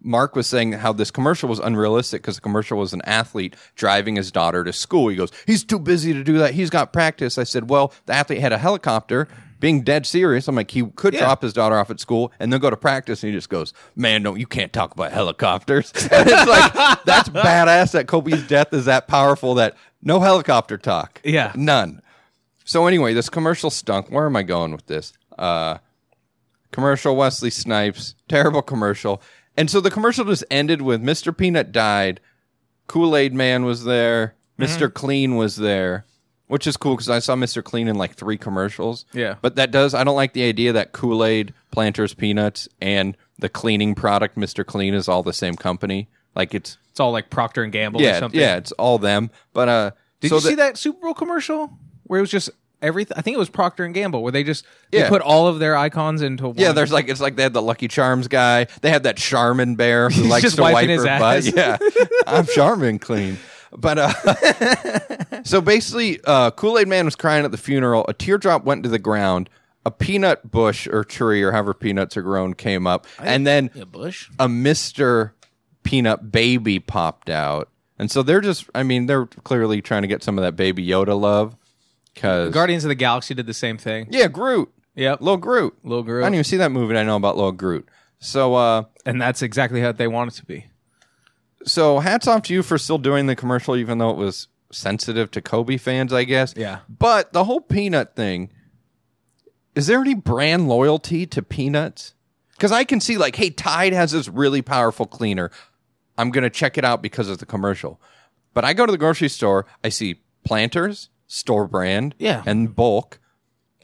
B: Mark was saying how this commercial was unrealistic because the commercial was an athlete driving his daughter to school. He goes, "He's too busy to do that. He's got practice." I said, "Well, the athlete had a helicopter." Being dead serious, I'm like, he could
A: Yeah.
B: drop his daughter off at school and then go to practice, and he just goes, "Man, no, you can't talk about helicopters." and it's like that's badass that Kobe's death is that powerful that no helicopter talk,
A: Yeah.
B: none. So anyway, this commercial stunk. Where am I going with this? Uh, commercial Wesley Snipes, terrible commercial. And so the commercial just ended with Mr. Peanut died, Kool Aid Man was there,
A: Mm-hmm.
B: Mr. Clean was there, which is cool because I saw Mr. Clean in like three commercials.
A: Yeah.
B: But that does, I don't like the idea that Kool Aid, Planters Peanuts, and the cleaning product, Mr. Clean, is all the same company. Like it's,
A: it's all like procter and gamble or
B: yeah,
A: something
B: yeah, it's all them. But, uh,
A: Did
B: so
A: you
B: the-
A: see that Super Bowl commercial where it was just everything? I think it was Procter and Gamble where they just they
B: Yeah.
A: put all of their icons into one.
B: Yeah, there's like it's like they had the Lucky Charms guy. They had that Charmin bear who
A: He's
B: likes
A: just
B: to wipe
A: wiping
B: her
A: his
B: butt.
A: ass.
B: Yeah, I'm Charmin clean. But uh, so basically, uh, Kool Aid Man was crying at the funeral. A teardrop went to the ground. A peanut bush or tree or however peanuts are grown came up, and then
A: Yeah, Bush.
B: a Mister Peanut baby popped out. And so they're just, I mean, they're clearly trying to get some of that baby Yoda love. Because
A: Guardians of the Galaxy did the same thing.
B: yeah, Groot,
A: Yep.
B: little Groot.
A: Little
B: I
A: Groot.
B: didn't even see that movie. and I know about little Groot. So, uh,
A: And that's exactly how they want it to be.
B: so hats off to you for still doing the commercial, even though it was sensitive to Kobe fans, I guess.
A: Yeah.
B: But the whole peanut thing, is there any brand loyalty to peanuts? Because I can see, like, hey, Tide has this really powerful cleaner. I'm going to check it out because of the commercial. But I go to the grocery store, I see planters, store brand,
A: Yeah.
B: and bulk.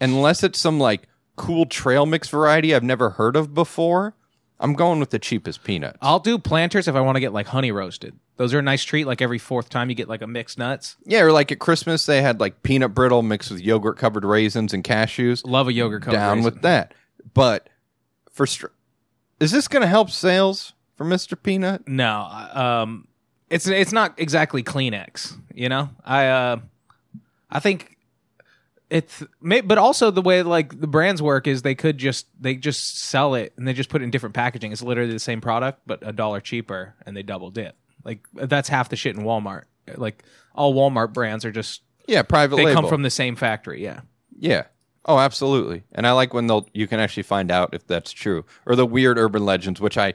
B: Unless it's some like cool trail mix variety I've never heard of before, I'm going with the cheapest peanut.
A: I'll do planters if I want to get like honey roasted. Those are a nice treat. Like every fourth time you get like a mixed nuts.
B: Yeah, or like at Christmas, they had like peanut brittle mixed with yogurt covered raisins and cashews.
A: Love a yogurt covered
B: down
A: raisin.
B: with that. But for str- is this going to help sales for Mister Peanut?
A: No, um, it's it's not exactly Kleenex. You know, I uh, I think it's may- but also the way like the brands work is they could just they just sell it and they just put it in different packaging. It's literally the same product but a dollar cheaper, and they double dip. Like that's half the shit in Walmart. Like all Walmart brands are just
B: Yeah, private
A: they
B: label.
A: come from the same factory. Yeah,
B: yeah. Oh, absolutely. And I like when they'll you can actually find out if that's true or the weird urban legends, which I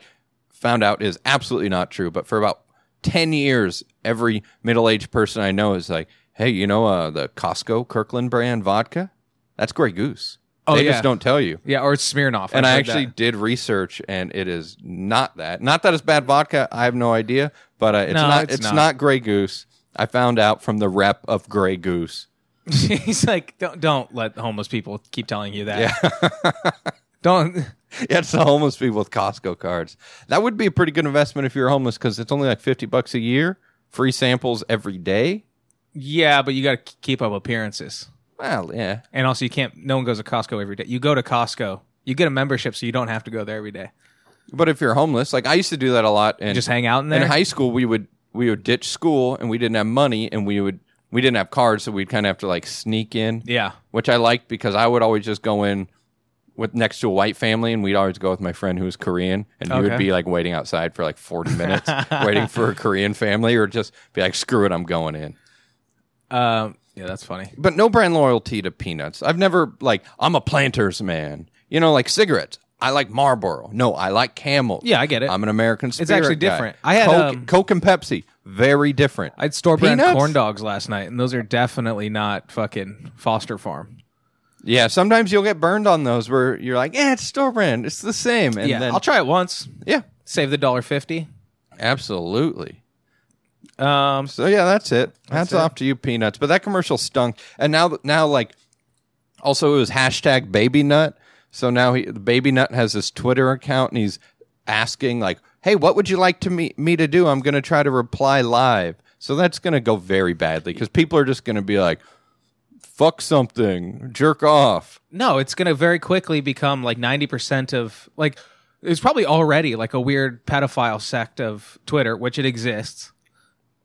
B: found out is absolutely not true. But for about ten years, every middle aged person I know is like, "Hey, you know uh, the Costco Kirkland brand vodka? That's Grey Goose.
A: Oh,
B: they
A: yeah.
B: just don't tell you."
A: yeah, or it's Smirnoff.
B: And
A: I've
B: I
A: heard
B: actually
A: that.
B: did research, and it is not that. Not that it's bad vodka. I have no idea, but uh, it's
A: No,
B: not.
A: it's
B: It's,
A: not.
B: not. Grey Goose. I found out from the rep of Grey Goose.
A: he's like, don't don't let homeless people keep telling you that. don't.
B: Yeah, it's the homeless people with Costco cards. That would be a pretty good investment if you're homeless because it's only like fifty bucks a year, free samples every day.
A: Yeah, but you got to keep up appearances.
B: Well, yeah,
A: And also, you can't. No one goes to Costco every day. You go to Costco. You get a membership, so you don't have to go there every day.
B: but if you're homeless, like I used to do that a lot, and
A: Just hang out in there.
B: in high school we would we would ditch school and we didn't have money and we would we didn't have cards so we'd kind of have to like sneak in
A: Yeah.
B: which i liked because i would always just go in with next to a white family and we'd always go with my friend who was korean and he
A: Okay.
B: would be like waiting outside for like 40 minutes waiting for a korean family or just be like screw it i'm going in
A: Um, yeah, that's funny.
B: but no brand loyalty to peanuts i've never like i'm a planters man you know like cigarettes I like Marlboro. No, I like Camel.
A: Yeah, I get it.
B: I'm an American. Spirit
A: actually
B: guy.
A: different. I had,
B: Coke,
A: um,
B: Coke and Pepsi. Very different.
A: I had store brand
B: Peanuts?
A: corn dogs last night, and those are definitely not fucking Foster Farm.
B: Yeah, sometimes you'll get burned on those where you're like, yeah, it's store brand. It's the same. And
A: yeah,
B: then,
A: I'll try it once.
B: yeah,
A: Save the dollar fifty.
B: absolutely.
A: Um,
B: So yeah, that's it. Hats
A: it.
B: off to you, Peanuts. But that commercial stunk. And now, now like, also it was hashtag Baby Nut. So now he, Baby Nut has this Twitter account, and he's asking like, hey, what would you like to me me to do? I'm gonna try to reply live. So that's gonna go very badly because people are just gonna be like, fuck something, jerk off.
A: No, it's going to very quickly become like 90% of like it's probably already like a weird pedophile sect of Twitter, which it exists.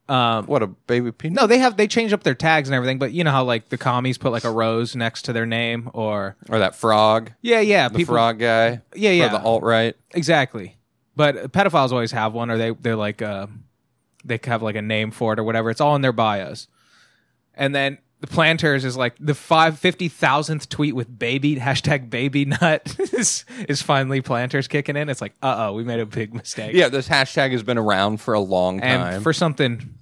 A: Um,
B: What a baby peanut.
A: No, they have they change up their tags and everything, but you know how like the commies put like a rose next to their name or
B: Or that frog.
A: Yeah, yeah,
B: the frog guy.
A: Yeah, yeah.
B: Or the alt right.
A: Exactly. But pedophiles always have one or they they're like uh they have like a name for it or whatever. It's all in their bios. And then the planters is like the five fifty thousandth tweet with baby hashtag baby nut is, is finally planters kicking in. It's like uh oh, we made a big mistake.
B: Yeah, this hashtag has been around for a long
A: and
B: time.
A: for something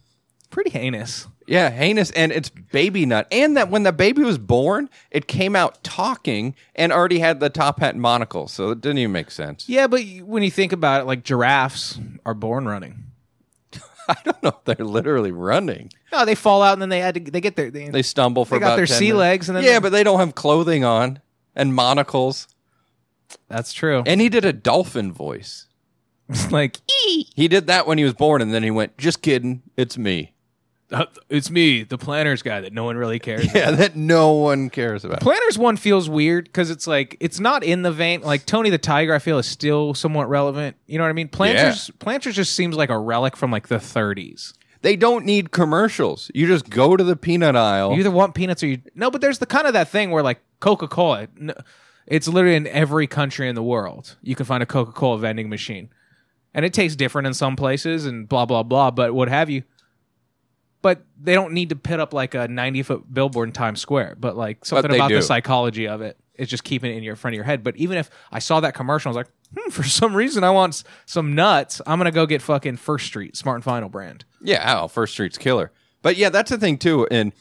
A: pretty heinous.
B: yeah, heinous, and it's baby nut. And that when the baby was born, it came out talking and already had the top hat and monocle, so it didn't even make sense.
A: Yeah, but you- when you think about it, like giraffes are born running.
B: I don't know. They're literally running.
A: No, they fall out and then they had to they get their they,
B: They stumble for
A: They got
B: about
A: their
B: 10
A: sea
B: minutes.
A: legs and then
B: yeah,
A: they-
B: but they don't have clothing on and monocles.
A: that's true.
B: And he did a dolphin voice.
A: It's like
B: He did that when he was born, and then he went, "Just kidding, it's me."
A: "Uh, it's me, the planters guy that no one really cares
B: Yeah, that no one cares about.
A: Planners one feels weird because it's like it's not in the vein. Like Tony the Tiger, I feel is still somewhat relevant. You know what I mean? Planters, Planters just seems like a relic from like the 30s.
B: They don't need commercials. You just go to the peanut aisle.
A: You either want peanuts or you no. But there's the kind of that thing where like Coca Cola, it's literally in every country in the world. You can find a Coca Cola vending machine, and it tastes different in some places and blah blah blah. But what have you? but they don't need to put up like a 90 foot billboard in Times Square. But like something
B: they
A: about
B: do.
A: the psychology of it is just keeping it in your front of your head. But even if I saw that commercial, I was like, hmm, for some reason I want s- some nuts. I'm gonna go get fucking First Street Smart and Final brand.
B: Yeah, oh, First Street's killer. But yeah, that's the thing too. In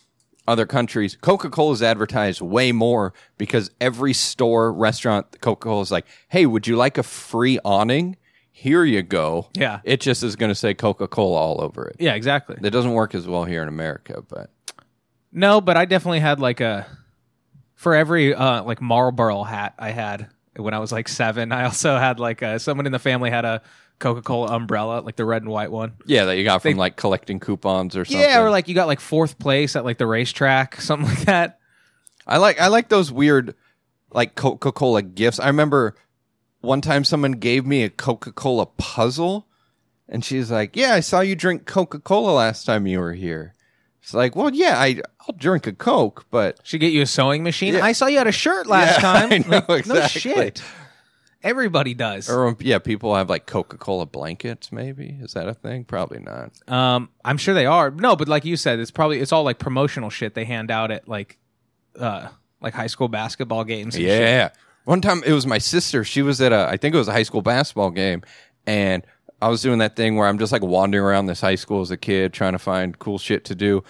B: other countries, Coca Cola is advertised way more because every store, restaurant, Coca Cola is like, "Hey, would you like a free awning? Here you go."
A: Yeah.
B: it just is going to say Coca Cola all over it.
A: Yeah, exactly.
B: That doesn't work as well here in America, but
A: No, but I definitely had like a for every uh like Marlboro hat I had when I was like seven. I also had like uh someone in the family had a Coca Cola umbrella, like the red and white one.
B: yeah, that you got from like collecting coupons or something.
A: Yeah, or like you got like fourth place at like the racetrack, something like that.
B: I like I like those weird like Coca Cola gifts. I remember one time someone gave me a Coca Cola puzzle, and she's like, "Yeah, I saw you drink Coca Cola last time you were here." It's like, "Well, yeah, I I'll drink a Coke, but
A: Should get you a sewing machine. I saw you had a shirt last
B: Yeah,
A: time.
B: I know,
A: Like, No
B: exactly.
A: shit. Everybody does.
B: or yeah, people have like Coca Cola blankets. Maybe is that a thing? Probably not.
A: Um, I'm sure they are. No, but like you said, it's probably it's all like promotional shit they hand out at like uh like high school basketball games. and shit.
B: Yeah. One time it was my sister. She was at a, I think it was a high school basketball game. And I was doing that thing where I'm just like wandering around this high school as a kid trying to find cool shit to do.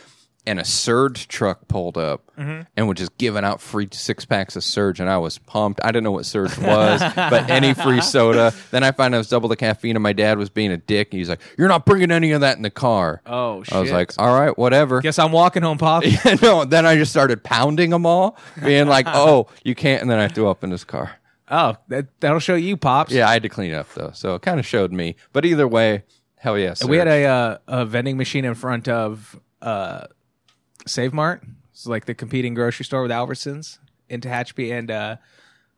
B: And a Surge truck pulled up
A: Mm-hmm.
B: and was just giving out free six packs of Surge. And I was pumped. I didn't know what Surge was, but any free soda. Then I found out it was double the caffeine and my dad was being a dick. And he's like, You're not bringing any of that in the car.
A: Oh shit.
B: I was like, All right, whatever.
A: Guess I'm walking home, Pop.
B: no, then I just started pounding them all, being like, "Oh, you can't!" And then I threw up in his car.
A: Oh, that, that'll show you, Pops.
B: Yeah, I had to clean up though, so it kind of showed me. But either way, hell yes.
A: We had a, uh, a vending machine in front of uh, Save Mart. It's like the competing grocery store with Albertsons in Tehachapi. And uh,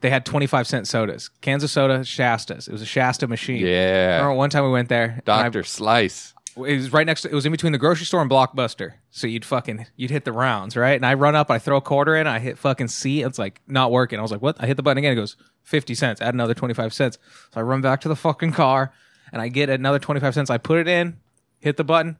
A: they had 25 cent sodas. Cans of soda, Shasta's. It was a Shasta machine. I
B: yeah,
A: remember one time we went there. and I-
B: Doctor Slice.
A: it was right next to, it was in between the grocery store and Blockbuster. So you'd fucking, you'd hit the rounds, right? And I run up, I throw a quarter in, I hit fucking C. It's like not working. I was like, what? I hit the button again. It goes 50 cents, add another 25 cents. So I run back to the fucking car and I get another 25 cents. I put it in, hit the button.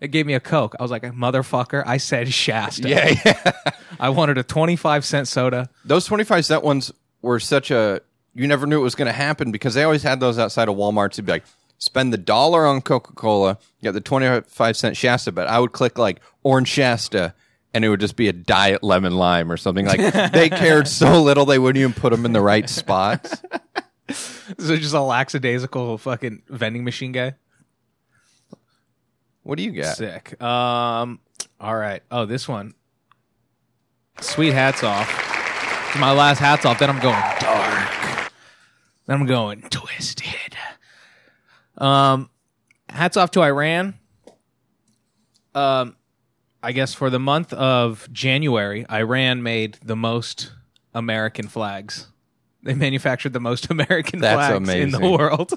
A: It gave me a Coke. I was like, motherfucker, I said Shasta.
B: Yeah, yeah.
A: I wanted a 25 cent soda.
B: Those twenty-five cent ones were such a you never knew it was going to happen because they always had those outside of Walmart to be like. Spend the dollar on Coca Cola, get the 25 cent Shasta, but I would click like Orange Shasta and it would just be a diet lemon lime or something. Like they cared so little, they wouldn't even put them in the right spots.
A: So just a lackadaisical fucking vending machine guy.
B: What do you got?
A: Sick. Um, all right. Oh, this one. Sweet hats off. It's my last hats off. Then I'm going dark. Then I'm going twisted. Um, hats off to Iran. Um, I guess for the month of January, Iran made the most American flags. They manufactured the most American
B: That's
A: flags in the
B: amazing.
A: world.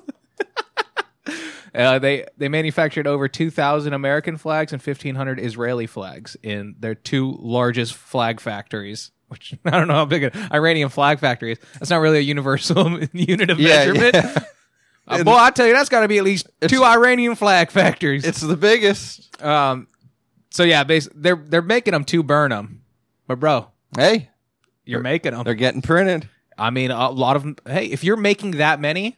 A: Uh, they they manufactured over 2,000 American flags and 1,500 Israeli flags in their two largest flag factories. Which I don't know how big an Iranian flag factory is. That's not really a universal unit of
B: Yeah,
A: measurement.
B: yeah.
A: Uh, boy, I tell you, that's got to be at least two Iranian flag factories.
B: It's the biggest.
A: um, so yeah, bas- they're they're making them to burn them, but bro,
B: Hey,
A: you're making them.
B: they're getting printed.
A: I mean, a lot of them. Hey, if you're making that many,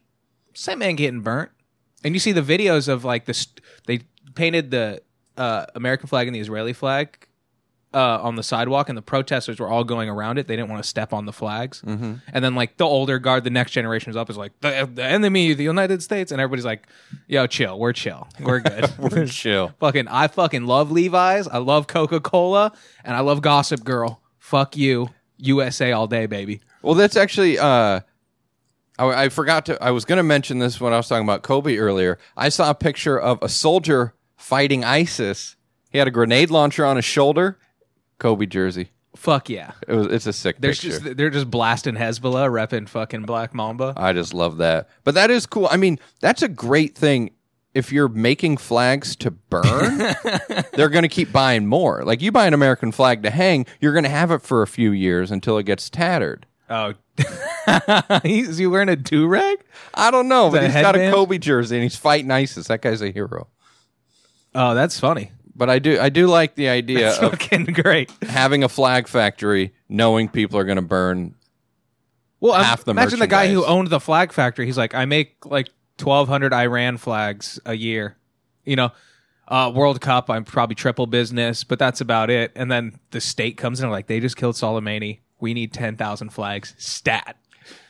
A: same man getting burnt. And you see the videos of like this. They painted the uh, American flag and the Israeli flag uh, on the sidewalk, and the protesters were all going around it. They didn't want to step on the flags. Mm-hmm. And then like the older guard, the next generation is up, is like the, the enemy, of the United States, and everybody's like, "Yo, chill. We're chill. We're good.
B: We're chill.
A: fucking. I fucking love Levi's. I love Coca Cola, and I love Gossip Girl. Fuck you, USA all day, baby.
B: Well, that's actually. Uh, I, I forgot to. I was going to mention this when I was talking about Kobe earlier. I saw a picture of a soldier fighting ISIS. He had a grenade launcher on his shoulder. Kobe jersey.
A: Fuck yeah."
B: It was. It's a sick
A: There's
B: picture.
A: just they're just blasting Hezbollah, repping fucking Black Mamba.
B: I just love that. But that is cool. I mean, that's a great thing. If you're making flags to burn, they're going to keep buying more. Like you buy an American flag to hang, you're going to have it for a few years until it gets tattered.
A: Oh, is he wearing a do rag?
B: I don't know, but
A: that a
B: he's got a
A: headband?
B: Kobe jersey and he's fighting ISIS. That guy's a hero.
A: Oh, that's funny.
B: But I do I do like the idea
A: It's
B: of
A: fucking great.
B: having a flag factory, knowing people are going to burn.
A: Well, I'm-
B: half the
A: imagine the guy who
B: merchandise.
A: owned the flag factory. He's like, I make like twelve hundred Iran flags a year. You know, uh, World Cup, I'm probably triple business, but that's about it. And then the state comes in and like, they just killed Soleimani. We need ten thousand flags, stat.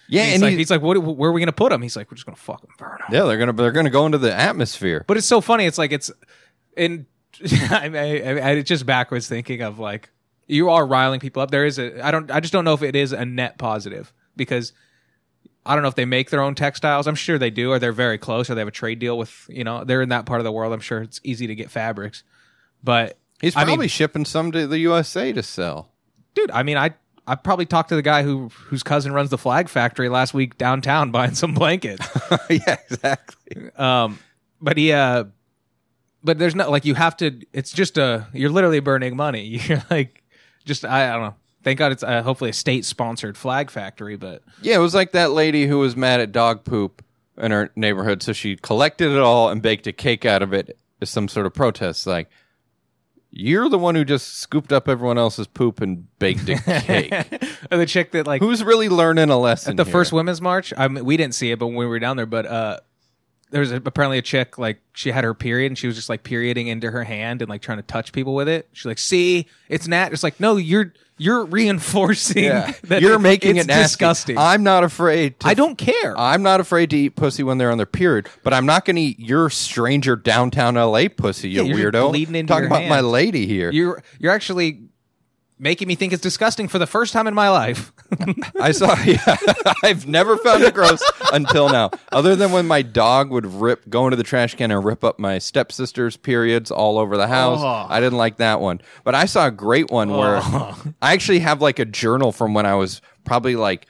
B: Yeah,
A: he's
B: and
A: like,
B: he-
A: he's like, what? Where are we gonna put them? He's like, we're just gonna fucking burn them.
B: yeah, they're gonna they're gonna go into the atmosphere.
A: But it's so funny. It's like it's in. I, mean, I, I, it's just backwards thinking of like you are riling people up. There is a. I don't. I just don't know if it is a net positive because I don't know if they make their own textiles. I'm sure they do, or they're very close, or they have a trade deal with. You know, they're in that part of the world. I'm sure it's easy to get fabrics. But
B: He's
A: I
B: probably
A: mean-
B: shipping some to the USA to sell.
A: dude, I mean, I. I probably talked to the guy who whose cousin runs the flag factory last week downtown buying some blankets.
B: yeah, exactly.
A: Um, but he, uh, but there's not like you have to. It's just a you're literally burning money. You're like just I, I don't know. Thank God it's uh, hopefully a state sponsored flag factory. But
B: Yeah, it was like that lady who was mad at dog poop in her neighborhood, so she collected it all and baked a cake out of it as some sort of protest. Like, you're the one who just scooped up everyone else's poop and baked a cake.
A: the chick that like
B: Who's really learning a lesson?
A: the
B: here?
A: first women's march, I mean, we didn't see it, but when we were down there, but uh, there was a, apparently a chick like she had her period and she was just like perioding into her hand and like trying to touch people with it. She's like, "See, it's nat." It's like, no, you're you're reinforcing.
B: yeah.
A: that
B: you're making
A: it's
B: it nasty.
A: disgusting. I,
B: I'm not afraid. To
A: don't care.
B: I'm not afraid to eat pussy when they're on their period, but I'm not going to eat your stranger downtown LA pussy, you
A: Yeah, you're just
B: weirdo.
A: bleeding into
B: Talking
A: your
B: about
A: hand.
B: my lady here.
A: You're you're actually making me think it's disgusting for the first time in my life.
B: I saw. Yeah, I've never found it gross until now. Other than when my dog would rip, go into the trash can and rip up my stepsister's periods all over the house.
A: Oh.
B: I didn't like that one. But I saw a great one where I actually have like a journal from when I was probably like.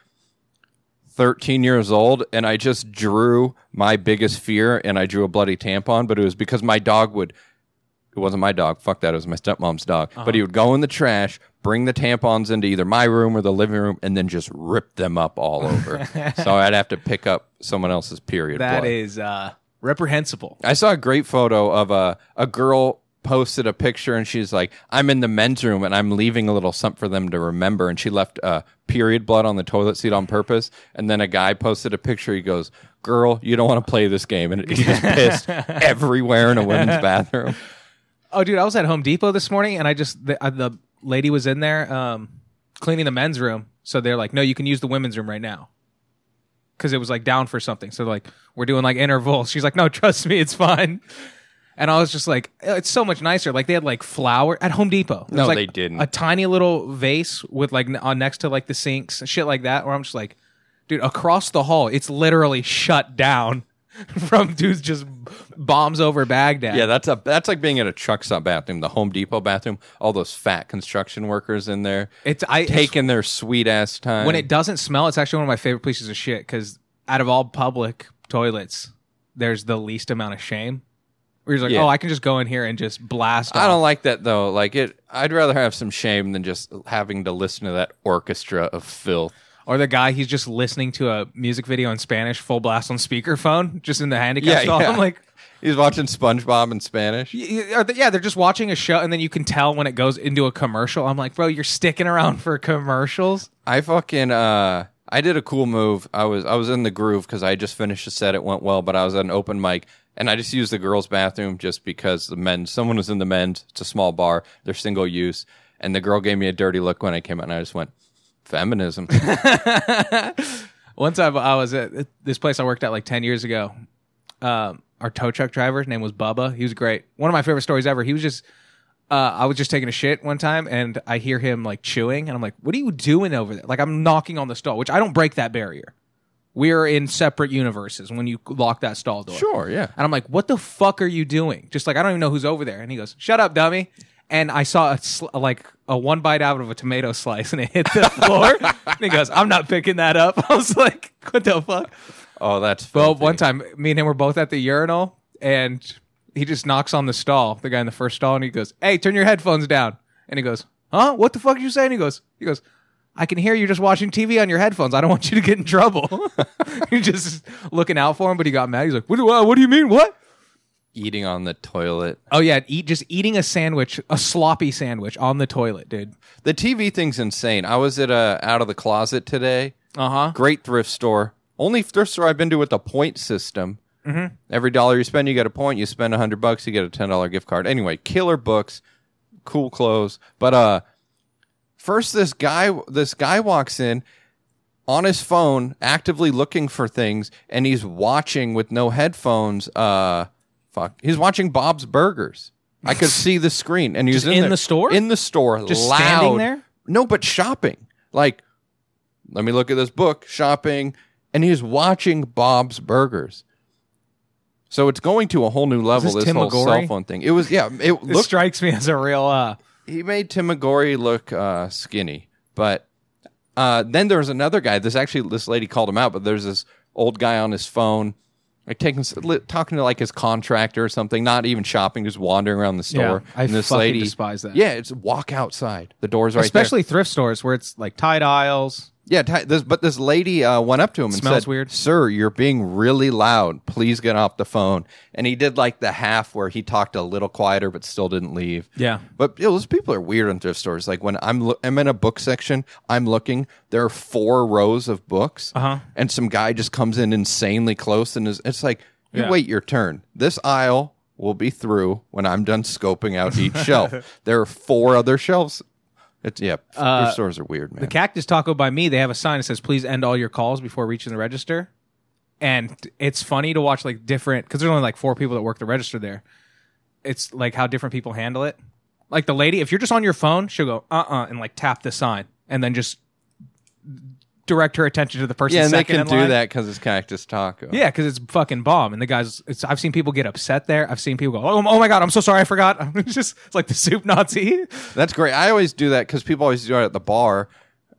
B: 13 years old and I just drew my biggest fear and I drew a bloody tampon but it was because my dog would it wasn't my dog. Fuck that. It was my stepmom's dog. But he would go in the trash, bring the tampons into either my room or the living room, and then just rip them up all over. so I'd have to pick up someone else's period.
A: That
B: blood.
A: is uh, reprehensible.
B: I saw a great photo of a a girl posted a picture and she's like, "I'm in the men's room and I'm leaving a little something for them to remember." And she left uh, period blood on the toilet seat on purpose. And then a guy posted a picture. He goes, "Girl, you don't want to play this game," and he just pissed everywhere in a women's bathroom.
A: Oh, dude, I was at Home Depot this morning, and I just the, uh, the lady was in there um, cleaning the men's room, so they're like, "No, you can use the women's room right now," because it was like down for something. So like, we're doing like intervals. She's like, "No, trust me, it's fine." And I was just like, "Oh, it's so much nicer. Like they had like flower at Home Depot. There
B: No,
A: was, like,
B: they didn't.
A: A tiny little vase with like n- on next to like the sinks and shit like that. Where I'm just like, dude, across the hall, it's literally shut down from dudes just bombs over Baghdad.
B: Yeah, that's a that's like being at a truck stop bathroom, the Home Depot bathroom. All those fat construction workers in there
A: it's I it's
B: taking their sweet ass time.
A: when it doesn't smell, it's actually one of my favorite pieces of shit because out of all public toilets, there's the least amount of shame. Where you're like,
B: Yeah.
A: oh, I can just go in here and just blast.
B: I
A: off.
B: don't like that though. Like it, I'd rather have some shame than just having to listen to that orchestra of filth.
A: Or the guy he's just listening to a music video in Spanish, full blast on speakerphone, just in the handicap
B: Yeah,
A: stall.
B: yeah.
A: I'm like,
B: He's watching SpongeBob in Spanish.
A: y- y- are they- yeah, they're just watching a show, and then you can tell when it goes into a commercial. I'm like, bro, you're sticking around for commercials.
B: I fucking uh I did a cool move. I was I was in the groove because I just finished a set. It went well, but I was at an open mic and I just used the girls' bathroom just because the men someone was in the men's. It's a small bar. They're single use, and the girl gave me a dirty look when I came out, and I just went feminism.
A: Once I, I was at this place I worked at like 10 years ago. Um, our tow truck driver, his name was Bubba. He was great. One of my favorite stories ever. He was just, uh, I was just taking a shit one time and I hear him like chewing and I'm like, what are you doing over there? Like I'm knocking on the stall, which I don't break that barrier. We're in separate universes when you lock that stall door.
B: sure, yeah.
A: And I'm like, what the fuck are you doing? Just like, I don't even know who's over there. And he goes, shut up, dummy. And I saw a sl- like a one bite out of a tomato slice and it hit the floor. and he goes, I'm not picking that up. I was like, what the fuck?
B: Oh, that's
A: Well,
B: filthy.
A: one time, me and him were both at the urinal and he just knocks on the stall, the guy in the first stall, and he goes, hey, turn your headphones down. And he goes, huh? What the fuck are you saying? He goes, he goes, I can hear you just watching TV on your headphones. I don't want you to get in trouble. You're just looking out for him, but he got mad. He's like, what do, uh, what do you mean? What?
B: eating on the toilet.
A: Oh yeah, eat just eating a sandwich, a sloppy sandwich on the toilet, dude.
B: The TV thing's insane. I was at a out of the closet today.
A: Uh huh.
B: Great thrift store. Only thrift store I've been to with a point system. Mm-hmm. Every dollar you spend, you get a point. You spend a hundred bucks, you get a ten dollar gift card. Anyway, killer books, cool clothes. But uh, first this guy this guy walks in on his phone, actively looking for things, and he's watching with no headphones. Uh, fuck, he's watching Bob's Burgers. I could see the screen, and he was
A: Just
B: in,
A: in
B: there-
A: the store?
B: In the store,
A: Just
B: loud.
A: standing there?
B: No, but shopping. Like, let me look at this book. Shopping, and he's watching Bob's Burgers. So it's going to a whole new level.
A: this
B: This,
A: Tim
B: whole
A: McGorry?
B: cell phone thing. It was yeah. It
A: This
B: looked
A: strikes me as a real. uh
B: he made Tim McGorry look uh, skinny, but uh, then there was another guy. This actually, this lady called him out, but there's this old guy on his phone, like taking li- talking to like his contractor or something. Not even shopping, just wandering around the store.
A: I
B: and this
A: fucking
B: lady
A: despise that.
B: Yeah, it's walk outside. The door's right there.
A: Especially thrift stores where it's like tied aisles.
B: Yeah, ti- this, but this lady uh, went up to him and
A: Smells
B: said,
A: weird.
B: "Sir, you're being really loud. Please get off the phone." And he did like the half where he talked a little quieter, but still didn't leave.
A: Yeah.
B: but you know, those people are weird in thrift stores. Like when I'm lo- I'm in a book section, I'm looking. There are four rows of books,
A: Uh-huh.
B: and some guy just comes in insanely close, and is, it's like, "You
A: Yeah.
B: wait your turn. This aisle will be through when I'm done scoping out each shelf. There are four other shelves." It's yeah, thrift stores are weird, man.
A: Uh, The Cactus Taco by me, they have a sign that says, please end all your calls before reaching the register. And it's funny to watch like different, because there's only like four people that work the register there. It's like how different people handle it. Like the lady, if you're just on your phone, she'll go, uh uh and like tap the sign and then just direct her attention to the person
B: Yeah, and they
A: second
B: can
A: in
B: do
A: line.
B: that because it's cactus taco.
A: Yeah, because it's fucking bomb. And the guys, it's, I've seen people get upset there. I've seen people go, oh, oh my God, I'm so sorry, I forgot. It's just it's like the soup Nazi.
B: that's great. I always do that because people always do it at the bar.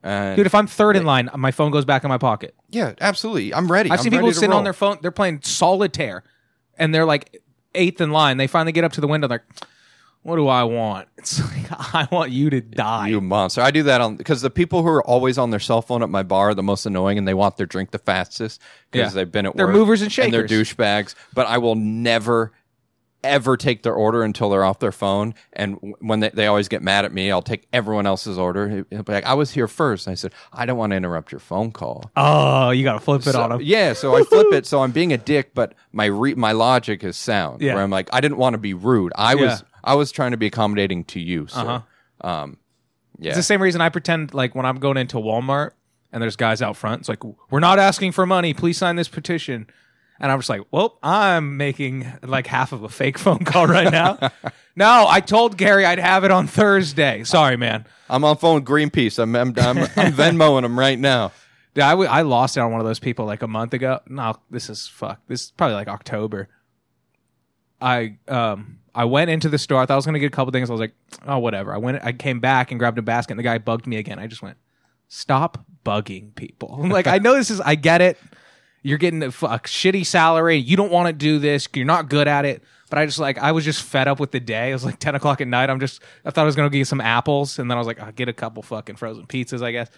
B: And
A: Dude, if I'm third in line, my phone goes back in my pocket.
B: yeah, absolutely. I'm ready.
A: I've
B: I'm
A: seen
B: ready
A: people
B: to
A: sitting
B: roll.
A: on their phone. They're playing solitaire, and they're like eighth in line. They finally get up to the window. They're like, "What do I want? It's like I want you to die."
B: You monster! I do that on because the people who are always on their cell phone at my bar are the most annoying, and they want their drink the fastest because
A: Yeah.
B: they've been at
A: They're
B: work.
A: movers and
B: they're
A: shakers.
B: douchebags. But I will never, ever take their order until they're off their phone. And w- when they, they always get mad at me, I'll take everyone else's order. He'll be like, "I was here first. And I said, "I don't want to interrupt your phone call."
A: oh, you gotta flip it
B: So-
A: on them.
B: Yeah, so I flip it. So I'm being a dick, but my re- my logic is sound.
A: Yeah.
B: Where I'm like, I didn't want to be rude. I
A: Yeah. Uh-huh.
B: was I was trying to be accommodating to you. So, um, yeah,
A: It's the same reason I pretend like when I'm going into Walmart and there's guys out front. It's like we're not asking for money. Please sign this petition. And I'm just like, well, I'm making like half of a fake phone call right now. no, I told Gary I'd have it on Thursday. Sorry, man.
B: I'm on phone with Greenpeace. I'm I'm, I'm, I'm Venmoing them right now.
A: Dude, I, w- I lost it on one of those people like a month ago. No, this is fuck. This is probably like October. I um I went into the store. I thought I was gonna get a couple things. I was like, oh whatever. I went. I came back and grabbed a basket. and The guy bugged me again. I just went, stop bugging people. I'm like I know this is. I get it. You're getting a, f- a shitty salary. You don't want to do this. You're not good at it. But I just like I was just fed up with the day. It was like ten o'clock at night. I'm just I thought I was gonna get some apples, and then I was like I'll get a couple fucking frozen pizzas, I guess.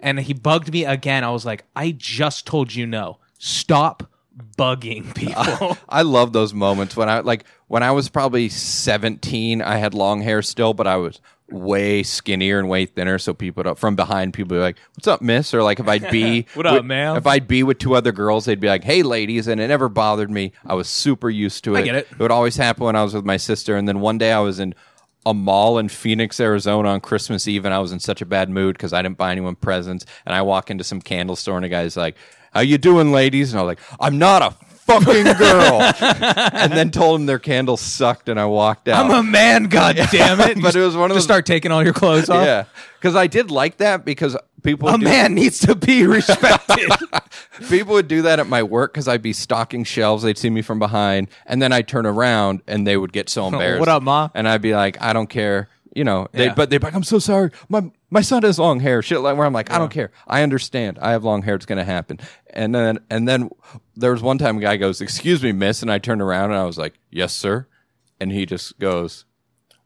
A: And he bugged me again. I was like, I just told you no. Stop bugging people.
B: I love those moments when I like when I was probably 17. I had long hair still, but I was way skinnier and way thinner. So people would- from behind, people would be like, "What's up, Miss?" Or like if I'd be
A: What up,
B: with-
A: ma'am?
B: If I'd be with two other girls, they'd be like, "Hey, ladies," and it never bothered me. I was super used to it.
A: get it.
B: It would always happen when I was with my sister. And then one day I was in a mall in Phoenix, Arizona on Christmas Eve, and I was in such a bad mood because I didn't buy anyone presents. And I walk into some candle store, and a guy's like, "How you doing, ladies?" And I was like, "I'm not a." Fucking girl, and then told him their candles sucked, and I walked out.
A: I'm a man, god damn it.
B: But it was one
A: Just
B: of those-
A: start taking all your clothes off.
B: yeah, because I did like that because people
A: A
B: do-
A: man needs to be respected.
B: People would do that at my work because I'd be stocking shelves. They'd see me from behind, and then I'd turn around, and they would get so embarrassed.
A: What up, Ma?
B: And I'd be like, I don't care, you know. They,
A: Yeah.
B: But they'd be like, I'm so sorry. My my son has long hair. Shit, like where I'm like, I don't care. I understand. I have long hair. It's gonna happen. And then and then there was one time a guy goes, "Excuse me, miss," and I turned around and I was like, "Yes, sir," and he just goes,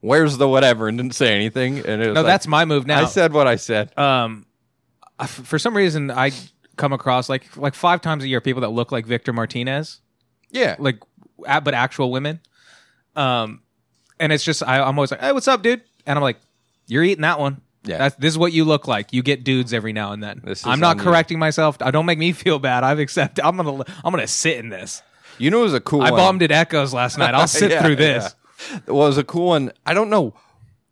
B: "Where's the whatever?" and didn't say anything. And it was
A: no,
B: like,
A: that's my move now.
B: I said what I said.
A: um, I- f- for some reason, I come across like like five times a year people that look like Victor Martinez.
B: yeah,
A: Like a- but actual women. Um, and it's just I, I'm always like, hey, what's up, dude? And I'm like, you're eating that one.
B: Yeah.
A: That's, this is what you look like. You get dudes every now and then.
B: This is
A: I'm not
B: on you.
A: correcting myself. I don't make me feel bad. I've accepted. I'm gonna I'm gonna sit in this.
B: You know, it was a cool.
A: I
B: one.
A: bombed at Echoes last night. I'll sit
B: Yeah,
A: through this.
B: yeah. It was a cool one. I don't know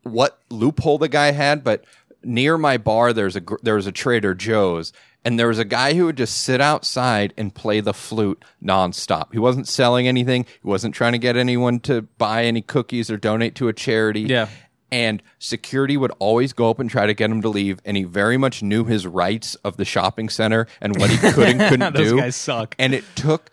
B: what loophole the guy had, but near my bar there's a gr- there was a Trader Joe's, and there was a guy who would just sit outside and play the flute nonstop. He wasn't selling anything. He wasn't trying to get anyone to buy any cookies or donate to a charity.
A: Yeah.
B: And security would always go up and try to get him to leave, and he very much knew his rights of the shopping center and what he could and couldn't
A: Those
B: do.
A: guys suck.
B: And it took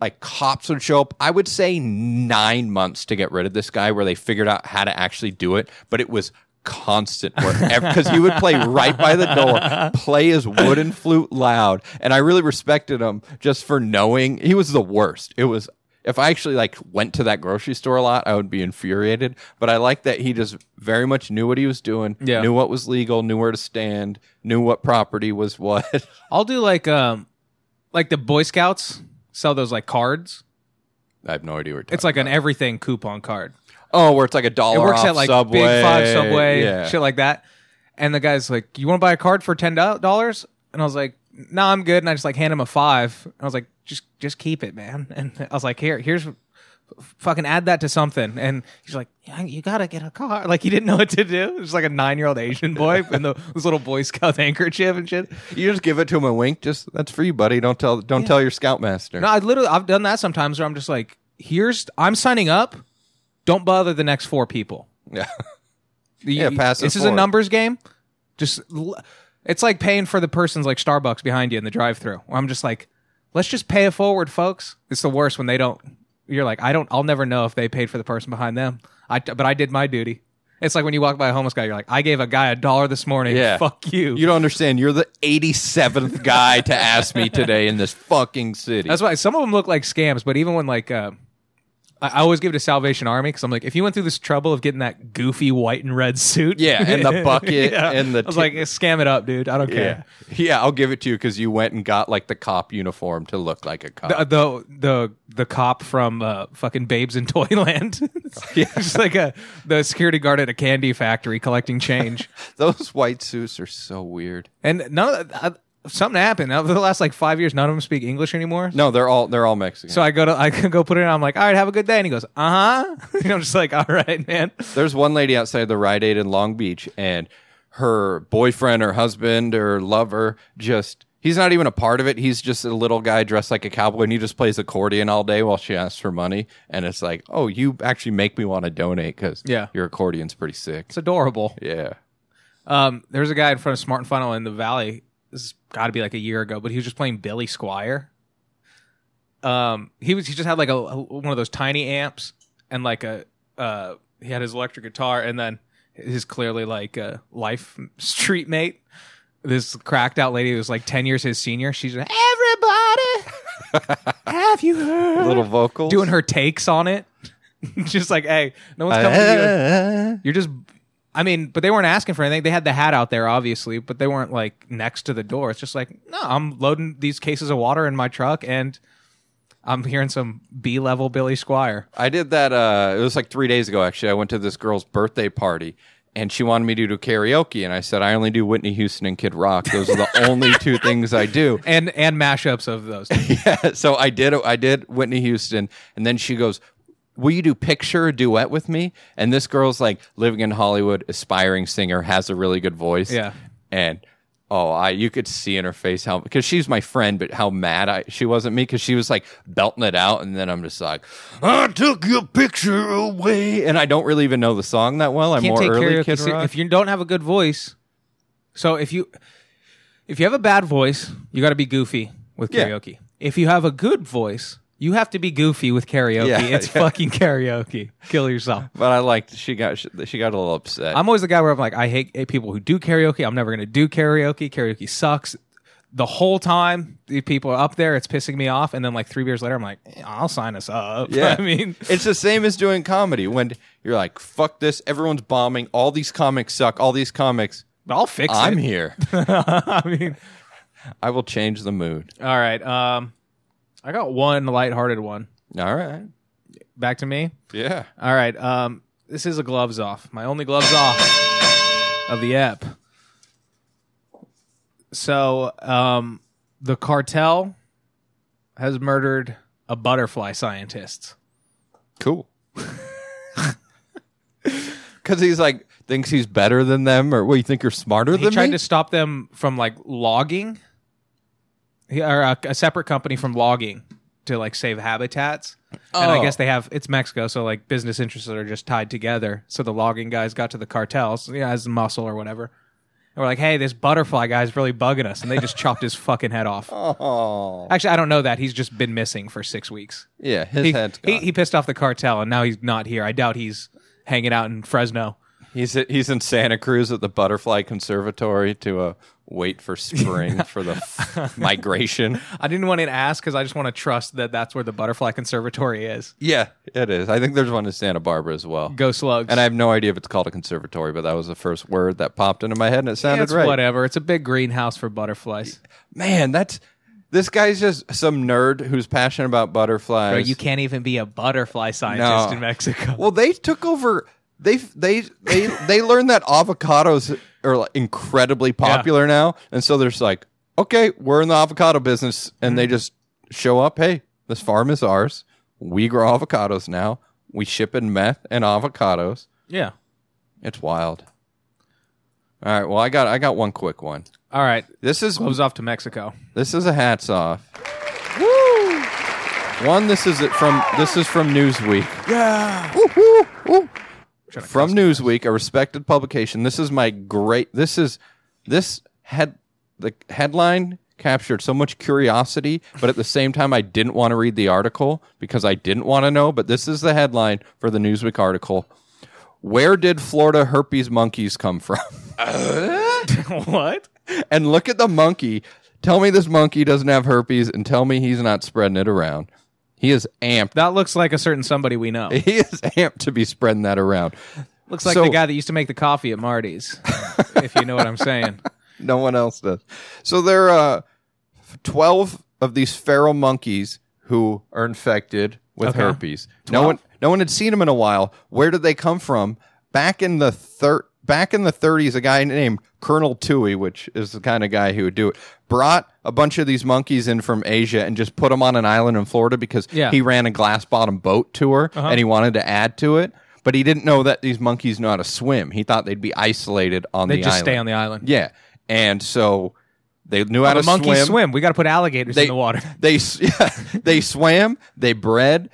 B: like cops would show up. I would say nine months to get rid of this guy, where they figured out how to actually do it. But it was constant work because he would play right by the door, play his wooden flute loud, and I really respected him just for knowing he was the worst. It was. If I actually like went to that grocery store a lot, I would be infuriated. But I like that he just very much knew what he was doing,
A: Yeah.
B: knew what was legal, knew where to stand, knew what property was what.
A: I'll do like um like the Boy Scouts sell those like cards.
B: I have no idea where
A: It's like an everything coupon card.
B: Oh, where it's like a dollar.
A: It works
B: off
A: at like
B: Subway.
A: Big Five Subway,
B: Yeah.
A: shit like that. And the guy's like, "You want to buy a card for ten dollars?" And I was like, "No, I'm good." And I just like hand him a five. And I was like, "Just, just keep it, man." And I was like, "Here, here's." Fucking add that to something, and he's like, "Yeah, "You gotta get a car." Like he didn't know what to do. It was like a nine-year-old Asian boy in the, this little Boy Scout handkerchief and shit.
B: You just give it to him a wink. Just that's for you, buddy. Don't tell. Don't tell your scoutmaster.
A: No, I literally I've done that sometimes where I'm just like, "Here's I'm signing up. Don't bother the next four people."
B: Yeah.
A: The-
B: Yeah, pass it
A: This is a
B: forward.
A: numbers game. Just l- it's like paying for the person's like Starbucks behind you in the drive-through. Where I'm just like, let's just pay it forward, folks. It's the worst when they don't. You're like, I don't. I'll never know if they paid for the person behind them. I but I did my duty. It's like when you walk by a homeless guy, you're like, I gave a guy a dollar this morning.
B: Yeah.
A: Fuck you.
B: You don't understand. You're the 87th guy to ask me today in this fucking city.
A: That's why some of them look like scams. But even when like. Uh, I I always give it to Salvation Army because I'm like, if you went through this trouble of getting that goofy white and red suit,
B: Yeah, and the bucket and the
A: I was
B: t-
A: like, scam it up, dude. I don't care.
B: yeah. Yeah, I'll give it to you because you went and got like the cop uniform to look like a cop.
A: Uh, the the the cop from uh, fucking Babes in Toyland. yeah, just like a the security guard at a candy factory collecting change.
B: Those white suits are so weird.
A: and none of, uh, something happened over the last like five years. None of them speak English anymore.
B: No, they're all they're all Mexican.
A: So I go to I can go put it on. I'm like, all right, have a good day. And he goes, uh huh. I'm just like, all right, man.
B: There's one lady outside the Rite Aid in Long Beach, and her boyfriend or husband or lover just. He's not even a part of it. He's just a little guy dressed like a cowboy and he just plays accordion all day while she asks for money. And it's like, oh, you actually make me want to donate because
A: Yeah.
B: your accordion's pretty sick.
A: It's adorable.
B: Yeah.
A: Um, there was a guy in front of Smart and Final in the Valley. This has got to be like a year ago, but he was just playing Billy Squire. Um, he was he just had like a, a- one of those tiny amps and like a uh he had his electric guitar and then his clearly like uh, life street mate. This cracked out lady who was like ten years his senior. She's like, everybody, have you heard?
B: Little vocals.
A: doing her takes on it, just like hey, no one's
B: Uh,
A: coming to you. You're just, I mean, but they weren't asking for anything. They had the hat out there, obviously, but they weren't like next to the door. It's just like, no, I'm loading these cases of water in my truck and I'm hearing some B level Billy Squire.
B: I did that. Uh, it was like three days ago, actually. I went to this girl's birthday party, and she wanted me to do karaoke, and I said I only do Whitney Houston and Kid Rock. Those are the only two things I do.
A: And and mashups of those.
B: yeah. So I did. I did Whitney Houston, and then she goes, "Will you do picture or duet with me?" And this girl's like living in Hollywood, aspiring singer, has a really good voice.
A: Yeah.
B: And oh, I you could see in her face how because she's my friend, but how mad I she was at me because she was like belting it out, and then I'm just like, "I took your picture away," and I don't really even know the song that well. I'm
A: Can't
B: more
A: take
B: early
A: karaoke
B: Kid
A: se-
B: Rock.
A: if you don't have a good voice. So if you if you have a bad voice, you got to be goofy with
B: Yeah.
A: karaoke. If you have a good voice, you have to be goofy with karaoke.
B: Yeah,
A: it's
B: yeah.
A: fucking karaoke. Kill yourself.
B: but I liked she got she, she got a little upset.
A: I'm always the guy where I'm like, I hate, hate people who do karaoke. I'm never going to do karaoke. Karaoke sucks. The whole time the people are up there, it's pissing me off. And then like three beers later, I'm like, eh, I'll sign us up.
B: Yeah.
A: I mean,
B: it's the same as doing comedy when you're like, fuck this, everyone's bombing, all these comics suck, all these comics.
A: but I'll fix
B: I'm
A: it.
B: here.
A: I mean,
B: I will change the mood.
A: all right. Um, I got one lighthearted one.
B: All right.
A: Back to me.
B: Yeah.
A: All right. Um, this is a gloves off. My only gloves off of the app. So, um, the cartel has murdered a butterfly scientist.
B: Cool. Because he's like thinks he's better than them, or what you think you're smarter
A: He
B: than
A: tried
B: me?
A: to stop them from like logging, He- or uh, a, a separate company from logging to like save habitats. And I
B: Oh.
A: guess they have it's Mexico, so like business interests are just tied together. So the logging guys got to the cartels, yeah, as muscle or whatever. And we're like, hey, this butterfly guy's really bugging us, and they just chopped his fucking head off.
B: oh,
A: Actually, I don't know that he's just been missing for six weeks.
B: yeah, his
A: He,
B: head's gone.
A: he, he pissed off the cartel, and now he's not here. I doubt he's hanging out in Fresno.
B: he's he's in Santa Cruz at the Butterfly Conservatory to uh, wait for spring for the f- migration.
A: I didn't want to ask because I just want to trust that that's where the Butterfly Conservatory is.
B: Yeah, it is. I think there's one in Santa Barbara as well.
A: Go slugs.
B: And I have no idea if it's called a conservatory, but that was the first word that popped into my head, and it sounded
A: it's
B: right.
A: whatever. It's a big greenhouse for butterflies.
B: Man, that's this guy's just some nerd who's passionate about butterflies.
A: Bro, you can't even be a butterfly scientist
B: No.
A: in Mexico.
B: Well, they took over. They they they they learned that avocados are like, incredibly popular now, and so they're just like, okay, we're in the avocado business, and
A: Mm-hmm.
B: they just show up. Hey, this farm is ours. We grow avocados now. We ship in meth and avocados.
A: Yeah.
B: It's wild. All right. Well, I got I got one quick one.
A: All right.
B: This is
A: Gloves off to Mexico.
B: this is a hats off. Woo! One. This is it from this is from Newsweek.
A: Yeah.
B: Woo, woo. From Newsweek, a respected publication. This is my great. This is this head. The headline captured so much curiosity, but at the same time, I didn't want to read the article because I didn't want to know. But this is the headline for the Newsweek article. Where did Florida herpes monkeys come from?
A: what?
B: and look at the monkey. Tell me this monkey doesn't have herpes, and tell me he's not spreading it around. He is amped.
A: That looks like a certain somebody we know.
B: He is amped to be spreading that around.
A: Looks like
B: So-
A: the guy that used to make the coffee at Marty's, if you know what I'm saying.
B: No one else does. So there are uh, 12 of these feral monkeys who are infected with
A: Okay.
B: herpes. No one no one had seen them in a while. Where did they come from? Back in the thir- back in the 30s a guy named Colonel Tui, which is the kind of guy who would do it, brought a bunch of these monkeys in from Asia and just put them on an island in Florida because
A: Yeah. Uh-huh.
B: he ran a glass bottom boat tour and he wanted to add to it. But he didn't know that these monkeys know how to swim. He thought they'd be isolated on
A: They
B: the
A: just
B: island.
A: stay on the island.
B: Yeah, and so they knew how
A: The
B: to
A: monkeys swim.
B: swim.
A: We got to put alligators
B: They
A: in the water.
B: They s- yeah, they swam. They bred.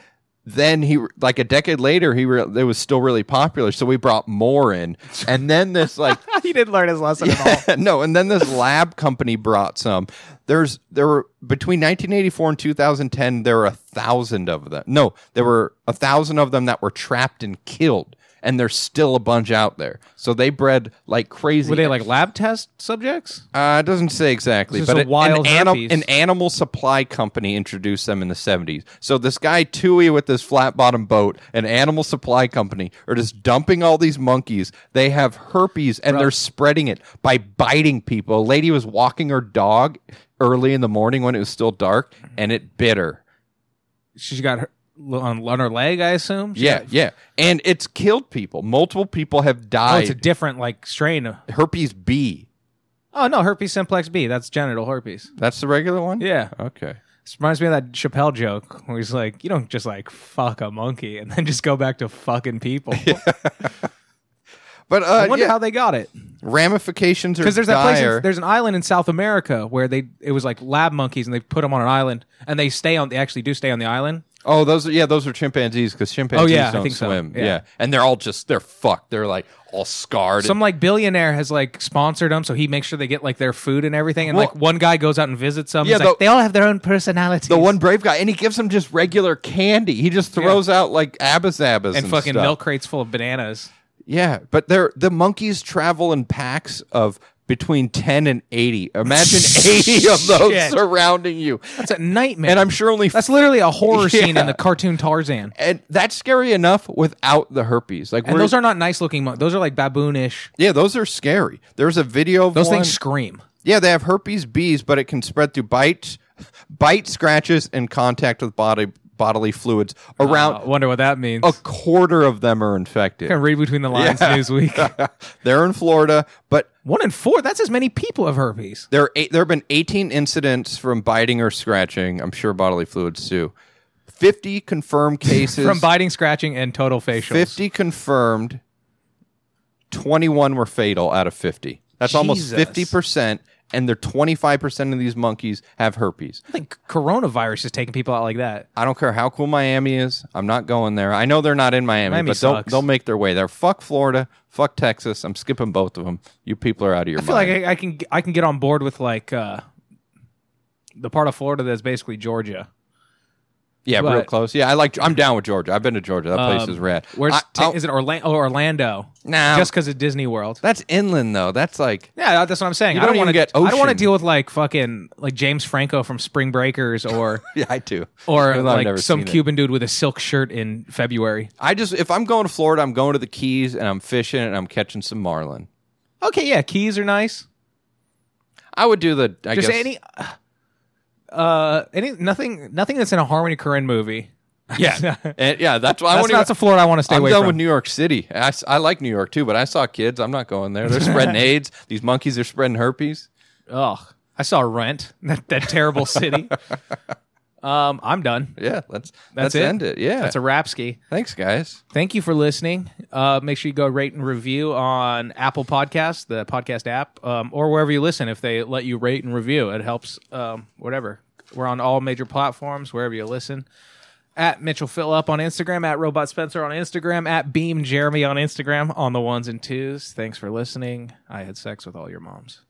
B: Then he like a decade later he re- it was still really popular. So we brought more in, and then this like
A: he didn't learn his lesson at all.
B: no, and then this lab company brought some. There's there were between 1984 and 2010 there were a thousand of them. No, there were a thousand of them that were trapped and killed. And there's still a bunch out there, so they bred like crazy.
A: Were they like lab test subjects?
B: Uh, it doesn't say exactly,
A: This is
B: but
A: a
B: it-
A: wild
B: an, anim-
A: herpes.
B: an animal supply company introduced them in the 70s. So this guy Tui with this flat bottom boat, an animal supply company, are just dumping all these monkeys. They have herpes and they're spreading it by biting people. A lady was walking her dog early in the morning when it was still dark, and it bit her.
A: She's got her on, on her leg, I assume. She
B: Yeah,
A: got-
B: yeah, and it's killed people. Multiple people have
A: oh, it's a
B: died.
A: different like strain. of-
B: herpes B.
A: Oh no, herpes simplex B. That's genital herpes.
B: That's the regular one.
A: Yeah,
B: Okay.
A: this reminds me of that Chappelle joke where he's like, "You don't just like fuck a monkey and then just go back to fucking people."
B: But uh,
A: I wonder
B: yeah,
A: how they got it
B: ramifications are
A: because there's that
B: dire.
A: place. in- there's an island in South America where they it was like lab monkeys and they put them on an island and they stay on. They actually do stay on the island.
B: Oh, those are yeah, those are chimpanzees because chimpanzees
A: Oh, yeah, I
B: don't
A: think so.
B: swim.
A: Yeah.
B: Yeah. and they're all just they're fucked. They're like all scarred.
A: Some like billionaire has like sponsored them, so he makes sure they get like their food and everything. And
B: Well-
A: like one guy goes out and visits them. Yeah,
B: Yeah,
A: like,
B: the-
A: they all have their own personalities.
B: the one brave guy, and he gives them just regular candy. He just throws out like abba zabbas and,
A: and fucking
B: stuff.
A: milk crates full of bananas.
B: Yeah, but they're the monkeys travel in packs of between ten and eighty. Imagine eighty of those
A: Shit.
B: surrounding you,
A: That's a nightmare.
B: and I'm sure only
A: That's literally a horror scene
B: Yeah.
A: in the cartoon Tarzan.
B: and that's scary enough without the herpes. Like
A: And
B: we're-
A: those are not nice looking. Mon- those are like baboonish.
B: yeah, those are scary. There's a video of
A: Those
B: one-
A: things scream.
B: Yeah, they have herpes bees, but it can spread through bites, bite scratches, and contact with body bodily fluids. Around
A: Uh, wonder what that means.
B: a quarter of them are infected.
A: Can read between the lines
B: Yeah.
A: Newsweek.
B: They're in Florida, but
A: One in four. That's as many people have herpes.
B: There, are eight, there have been 18 incidents from biting or scratching. I'm sure bodily fluids too. 50 confirmed cases.
A: From biting, scratching, and total facials.
B: 50 confirmed. 21 were fatal out of 50. That's almost
A: Jesus.
B: 50%. And they're 25% of these monkeys have herpes.
A: I think coronavirus is taking people out like that.
B: I don't care how cool Miami is. I'm not going there. I know they're not in Miami,
A: Miami
B: but they'll,
A: sucks.
B: they'll make their way there. Fuck Florida. Fuck Texas. I'm skipping both of them. You people are out of your
A: I
B: mind.
A: feel like I, I can I can get on board with like uh, the part of Florida that's basically Georgia.
B: yeah, real
A: but-
B: close. Yeah, I like. I'm down with Georgia. I've been to Georgia. That place
A: Um,
B: is rad.
A: Where's
B: I-
A: ta-
B: I'll-
A: is it Orlando? Oh, Orlando.
B: Nah.
A: just because of Disney World.
B: That's inland though. That's like
A: Yeah, that- that's what I'm saying.
B: You
A: I
B: don't
A: don't want to
B: even get
A: get. I don't want to
B: ocean.
A: deal with like fucking like James Franco from Spring Breakers or
B: yeah, I do.
A: or
B: I've
A: like
B: never
A: some
B: seen it.
A: Cuban dude with a silk shirt in February.
B: I just if I'm going to Florida, I'm going to the Keys and I'm fishing and I'm catching some marlin.
A: Okay, yeah, keys are nice.
B: I would do the I
A: Just
B: guess
A: any, uh, any nothing nothing that's in a Harmony Korine movie.
B: yeah And- Eh, yeah that's why I
A: That's
B: won't
A: not
B: even.
A: the Florida I want to stay
B: I'm
A: away
B: done
A: from.
B: with New York City. I, s- I like New York too, but I saw kids. I'm not going there. They're spreading AIDS. These monkeys are spreading herpes.
A: Ugh, I saw Rent, that, that terrible city. um, I'm done.
B: Yeah, let's
A: That's
B: let's
A: it?
B: end it. Yeah,
A: That's a Rapski.
B: thanks guys.
A: Thank you for listening. Uh, make sure you go rate and review on Apple Podcasts, the podcast app, um, or wherever you listen. If they let you rate and review, it helps. Um, whatever. We're on all major platforms, wherever you listen. At Mitchell Phillip on Instagram, at Robot Spencer on Instagram, at Beam Jeremy on Instagram, on the ones and twos. Thanks for listening. I had sex with all your moms.